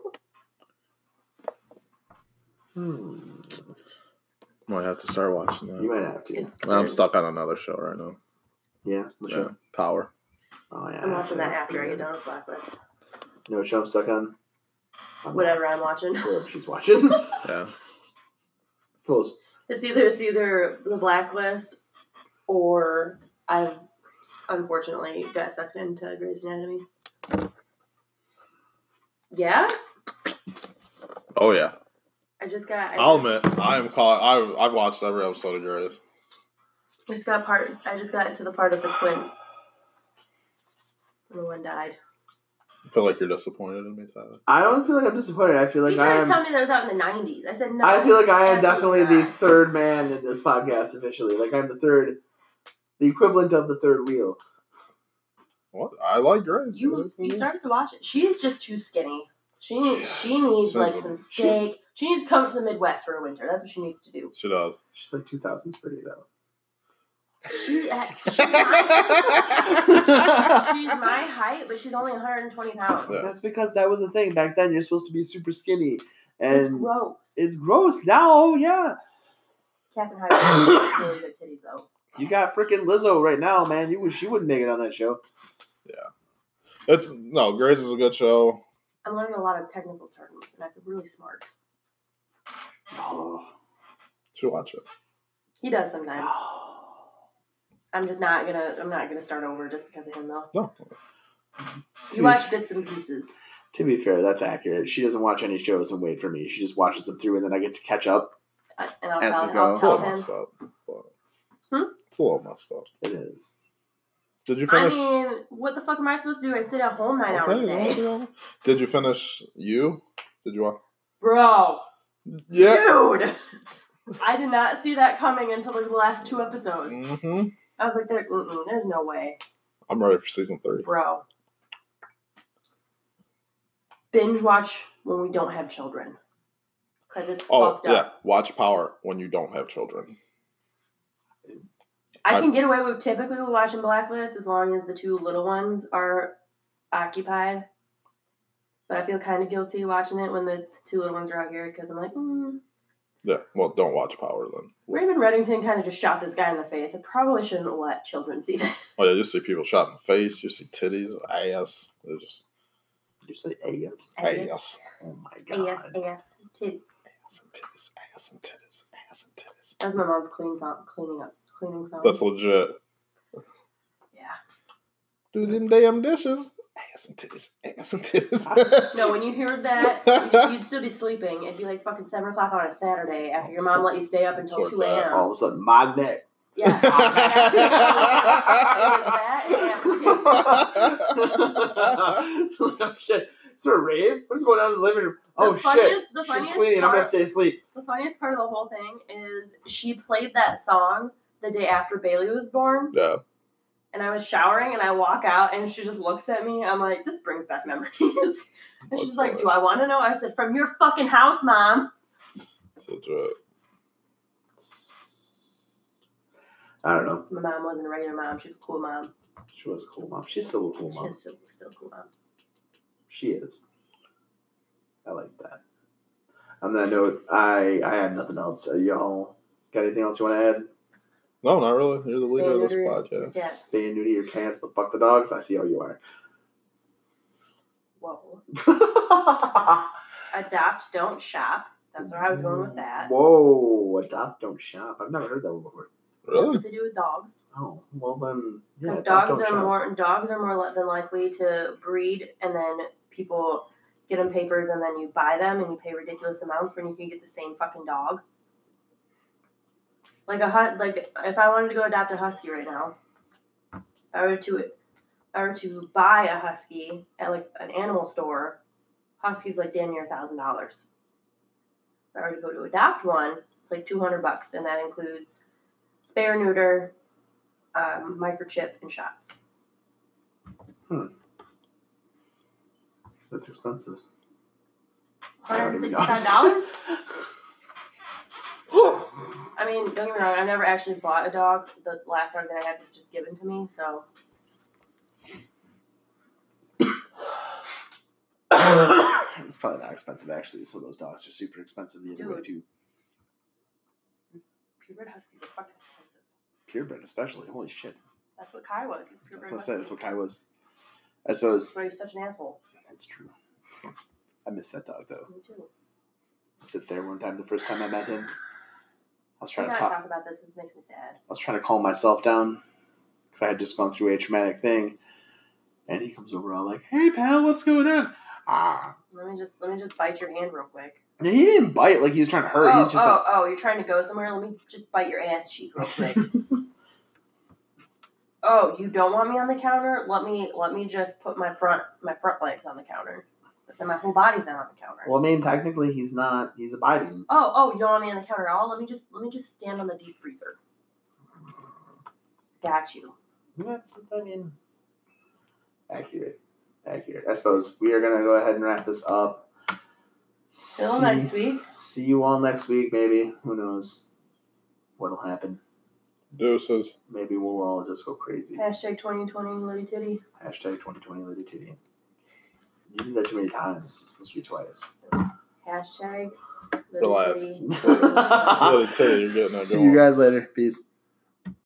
Speaker 3: Hmm.
Speaker 4: Might have to start watching
Speaker 3: You
Speaker 4: that.
Speaker 3: might have to.
Speaker 1: It's
Speaker 4: I'm
Speaker 1: weird.
Speaker 4: stuck on another show right now.
Speaker 3: Yeah. Which
Speaker 4: Yeah.
Speaker 3: one?
Speaker 4: Power.
Speaker 3: Oh yeah.
Speaker 1: I'm watching that
Speaker 3: that's
Speaker 1: after I get
Speaker 3: weird.
Speaker 1: done with Blacklist.
Speaker 3: You know what show I'm stuck on? I'm
Speaker 1: Whatever I'm watching.
Speaker 3: wherever she's watching.
Speaker 4: Yeah.
Speaker 3: It's those-
Speaker 1: It's either it's either the Blacklist or I've unfortunately got sucked into Grey's Anatomy. Yeah,
Speaker 4: Oh, yeah.
Speaker 1: I just got. I
Speaker 4: I'll
Speaker 1: just,
Speaker 4: admit, I am caught. I, I've watched every episode of Grace.
Speaker 1: I just got part. I just got to the part of the quince. And the one died.
Speaker 4: I feel like you're disappointed in me, Tyler.
Speaker 3: I don't feel like I'm disappointed. I feel like
Speaker 1: you
Speaker 3: I
Speaker 1: tried
Speaker 3: am.
Speaker 1: to tell me that was out in the '90s. I said no.
Speaker 3: I feel like I am
Speaker 1: absolutely
Speaker 3: definitely the
Speaker 1: not.
Speaker 3: third man in this podcast officially. Like I'm the third, the equivalent of the third wheel.
Speaker 4: What? I like Grace.
Speaker 1: You, you started to watch it. She is just too skinny. She needs, she
Speaker 4: Yes.
Speaker 1: needs like
Speaker 4: She's-
Speaker 1: some steak. She needs to come to the Midwest for a winter. That's what she needs to do.
Speaker 4: She does.
Speaker 3: She's like 2000s pretty though.
Speaker 1: She, she's, my, she's my height, but she's only 120 pounds.
Speaker 4: Yeah.
Speaker 3: That's because that was the thing back then. You're supposed to be super skinny,
Speaker 1: It's
Speaker 3: and
Speaker 1: gross.
Speaker 3: it's gross now. oh, Yeah,
Speaker 1: Catherine Heigl has really good titties though.
Speaker 3: you got freaking Lizzo right now, man. You wish she wouldn't make it on that show.
Speaker 4: It's no. Grace is a good show.
Speaker 1: I'm learning a lot of technical terms, and I'm really smart.
Speaker 3: Oh.
Speaker 4: Should watch it.
Speaker 1: He does sometimes. I'm just not gonna. I'm not gonna start over just because of him though.
Speaker 4: No.
Speaker 1: You watch bits and pieces.
Speaker 3: To be fair, that's accurate. She doesn't watch any shows and wait for me. She just watches them through, and then I get to catch up.
Speaker 1: I- uh, And I'll
Speaker 3: As
Speaker 1: tell,
Speaker 3: we go.
Speaker 1: I'll
Speaker 4: It's a
Speaker 1: tell
Speaker 4: little
Speaker 1: him.
Speaker 4: messed up. But
Speaker 1: Hmm?
Speaker 4: It's a little messed up.
Speaker 3: It is.
Speaker 4: Did you
Speaker 1: I
Speaker 4: finish?
Speaker 1: mean, what the fuck am I supposed to do? I sit at home nine hours a
Speaker 4: Okay,
Speaker 1: day,
Speaker 4: well, Did you finish you? Did you watch?
Speaker 1: bro.
Speaker 4: Yeah.
Speaker 1: Dude, I did not see that coming until like the last two episodes.
Speaker 4: hmm
Speaker 1: I was like, there, mm-mm, there's no way,
Speaker 4: I'm ready for season three.
Speaker 1: bro. Binge watch when we don't have children, because it's
Speaker 4: Oh
Speaker 1: fucked up.
Speaker 4: yeah, watch Power when you don't have children.
Speaker 1: I
Speaker 4: I-
Speaker 1: can get away with typically with watching Blacklist as long as the two little ones are occupied. But I feel kind of guilty watching it when the two little ones are out here because I'm like, mm.
Speaker 4: Yeah, well, don't watch Power then.
Speaker 1: Raymond Reddington kind of just shot this guy in the face. I probably shouldn't let children see that.
Speaker 4: Oh yeah, you see people shot in the face. You see titties, ass. They're just
Speaker 3: Did you say AS?
Speaker 4: ass,
Speaker 3: Oh my god.
Speaker 1: Yes, yes, tits.
Speaker 4: ass and titties, ass and titties, ass and titties.
Speaker 1: That's my mom's cleaning song, cleaning up, cleaning song.
Speaker 4: That's legit.
Speaker 1: yeah.
Speaker 4: Do them damn dishes, ass and titties, ass and titties.
Speaker 1: Uh, No, when you heard that, you'd, you'd still be sleeping. It'd be like fucking seven o'clock on a Saturday after your mom let you stay up until
Speaker 4: Sorts
Speaker 1: two a.m.
Speaker 3: All of a sudden, Oh, my neck.
Speaker 1: Yeah. That and tits.
Speaker 3: shit. Is there a rave? What is going on in the living room? Oh
Speaker 1: the
Speaker 3: shit.
Speaker 1: funniest, The
Speaker 3: She's
Speaker 1: funniest
Speaker 3: cleaning. I'm
Speaker 1: Part,
Speaker 3: gonna stay asleep.
Speaker 1: The funniest part of the whole thing is she played that song the day after Bailey was born,
Speaker 4: Yeah,
Speaker 1: and I was showering, and I walk out, and she just looks at me. I'm like, this brings back memories. and
Speaker 4: That's
Speaker 1: she's like,
Speaker 4: funny.
Speaker 1: do I want to know? I said, from your fucking house, mom.
Speaker 4: it's legit.
Speaker 3: I don't know.
Speaker 1: My mom wasn't a regular mom. She was a cool mom.
Speaker 3: She was a cool mom. She's still a cool
Speaker 1: She
Speaker 3: mom.
Speaker 1: was so, so cool mom.
Speaker 3: She is. I like that. On that note, I I have nothing else. Uh, y'all got anything else you want to add?
Speaker 4: No, not really. You're the leader of this
Speaker 1: Standard.
Speaker 4: podcast.
Speaker 1: Yes.
Speaker 3: Stay new to your cats, but fuck the dogs. I see how you
Speaker 1: Whoa.
Speaker 3: are.
Speaker 1: Adopt, don't shop. That's where I was going with that.
Speaker 3: Whoa, adopt don't shop. I've never heard that one before.
Speaker 1: That's
Speaker 4: Really?
Speaker 1: what they do with dogs.
Speaker 3: Oh, well then, yeah,
Speaker 1: Because
Speaker 3: adopt
Speaker 1: dogs
Speaker 3: don't
Speaker 1: are
Speaker 3: shop.
Speaker 1: more dogs are more li- than likely to breed, and then people get them papers, and then you buy them, and you pay ridiculous amounts when you can get the same fucking dog. Like a hut, like if I wanted to go adopt a husky right now, I were to, I were to buy a husky at like an animal store, husky's like damn near a thousand dollars. If I were to go to adopt one, it's like two hundred bucks, and that includes spay or neuter, um, microchip and shots.
Speaker 3: That's expensive. I don't even know.
Speaker 1: $165? I mean, don't get me wrong, I've never actually bought a dog. The last dog that I had was just given to me, so.
Speaker 3: it's probably not expensive actually. So those dogs are super expensive the other way
Speaker 1: Dude.
Speaker 3: too.
Speaker 1: Purebred Huskies are fucking expensive.
Speaker 3: Purebred especially. Holy shit.
Speaker 1: That's what Kai was. He was a
Speaker 3: That's
Speaker 1: purebred.
Speaker 3: what I said. That's
Speaker 1: Husky.
Speaker 3: what Kai was. I
Speaker 1: That's
Speaker 3: suppose
Speaker 1: why he's such an asshole.
Speaker 3: that's true. I miss that dog though.
Speaker 1: Me too.
Speaker 3: Sit there one time the first time I met him. I was
Speaker 1: We
Speaker 3: trying
Speaker 1: gotta
Speaker 3: to talk.
Speaker 1: talk about this. This makes me sad.
Speaker 3: I was trying to calm myself down because I had just gone through a traumatic thing. And he comes over all like, hey, pal, what's going on? Ah,
Speaker 1: Let me just let me just bite your hand real quick.
Speaker 3: Yeah, he didn't bite like he was trying to hurt.
Speaker 1: oh,
Speaker 3: He's just
Speaker 1: oh, oh, you're trying to go somewhere? Let me just bite your ass cheek real quick. oh, you don't want me on the counter? Let me let me just put my front my front legs on the counter. But then my whole body's not on the counter.
Speaker 3: like. Well, I mean, technically, he's not. He's biting.
Speaker 1: oh, oh, you don't want me on the counter at all? Let me just let me just stand on the deep freezer. Got you.
Speaker 3: That's, I mean, accurate, accurate. I suppose we are gonna go ahead and wrap this up.
Speaker 1: Till
Speaker 3: See-
Speaker 1: next week.
Speaker 3: See you all next week, maybe. Who knows what'll happen?
Speaker 4: Deuces.
Speaker 3: Maybe we'll all just go crazy.
Speaker 1: Hashtag 2020 Lady Titty.
Speaker 3: Hashtag 2020 Lady Titty. You did that too many times. It's supposed to be twice.
Speaker 1: Hashtag Lady
Speaker 4: Relax.
Speaker 1: Titty.
Speaker 4: Lady Titty, you're getting that
Speaker 3: See you
Speaker 4: going.
Speaker 3: guys later. Peace.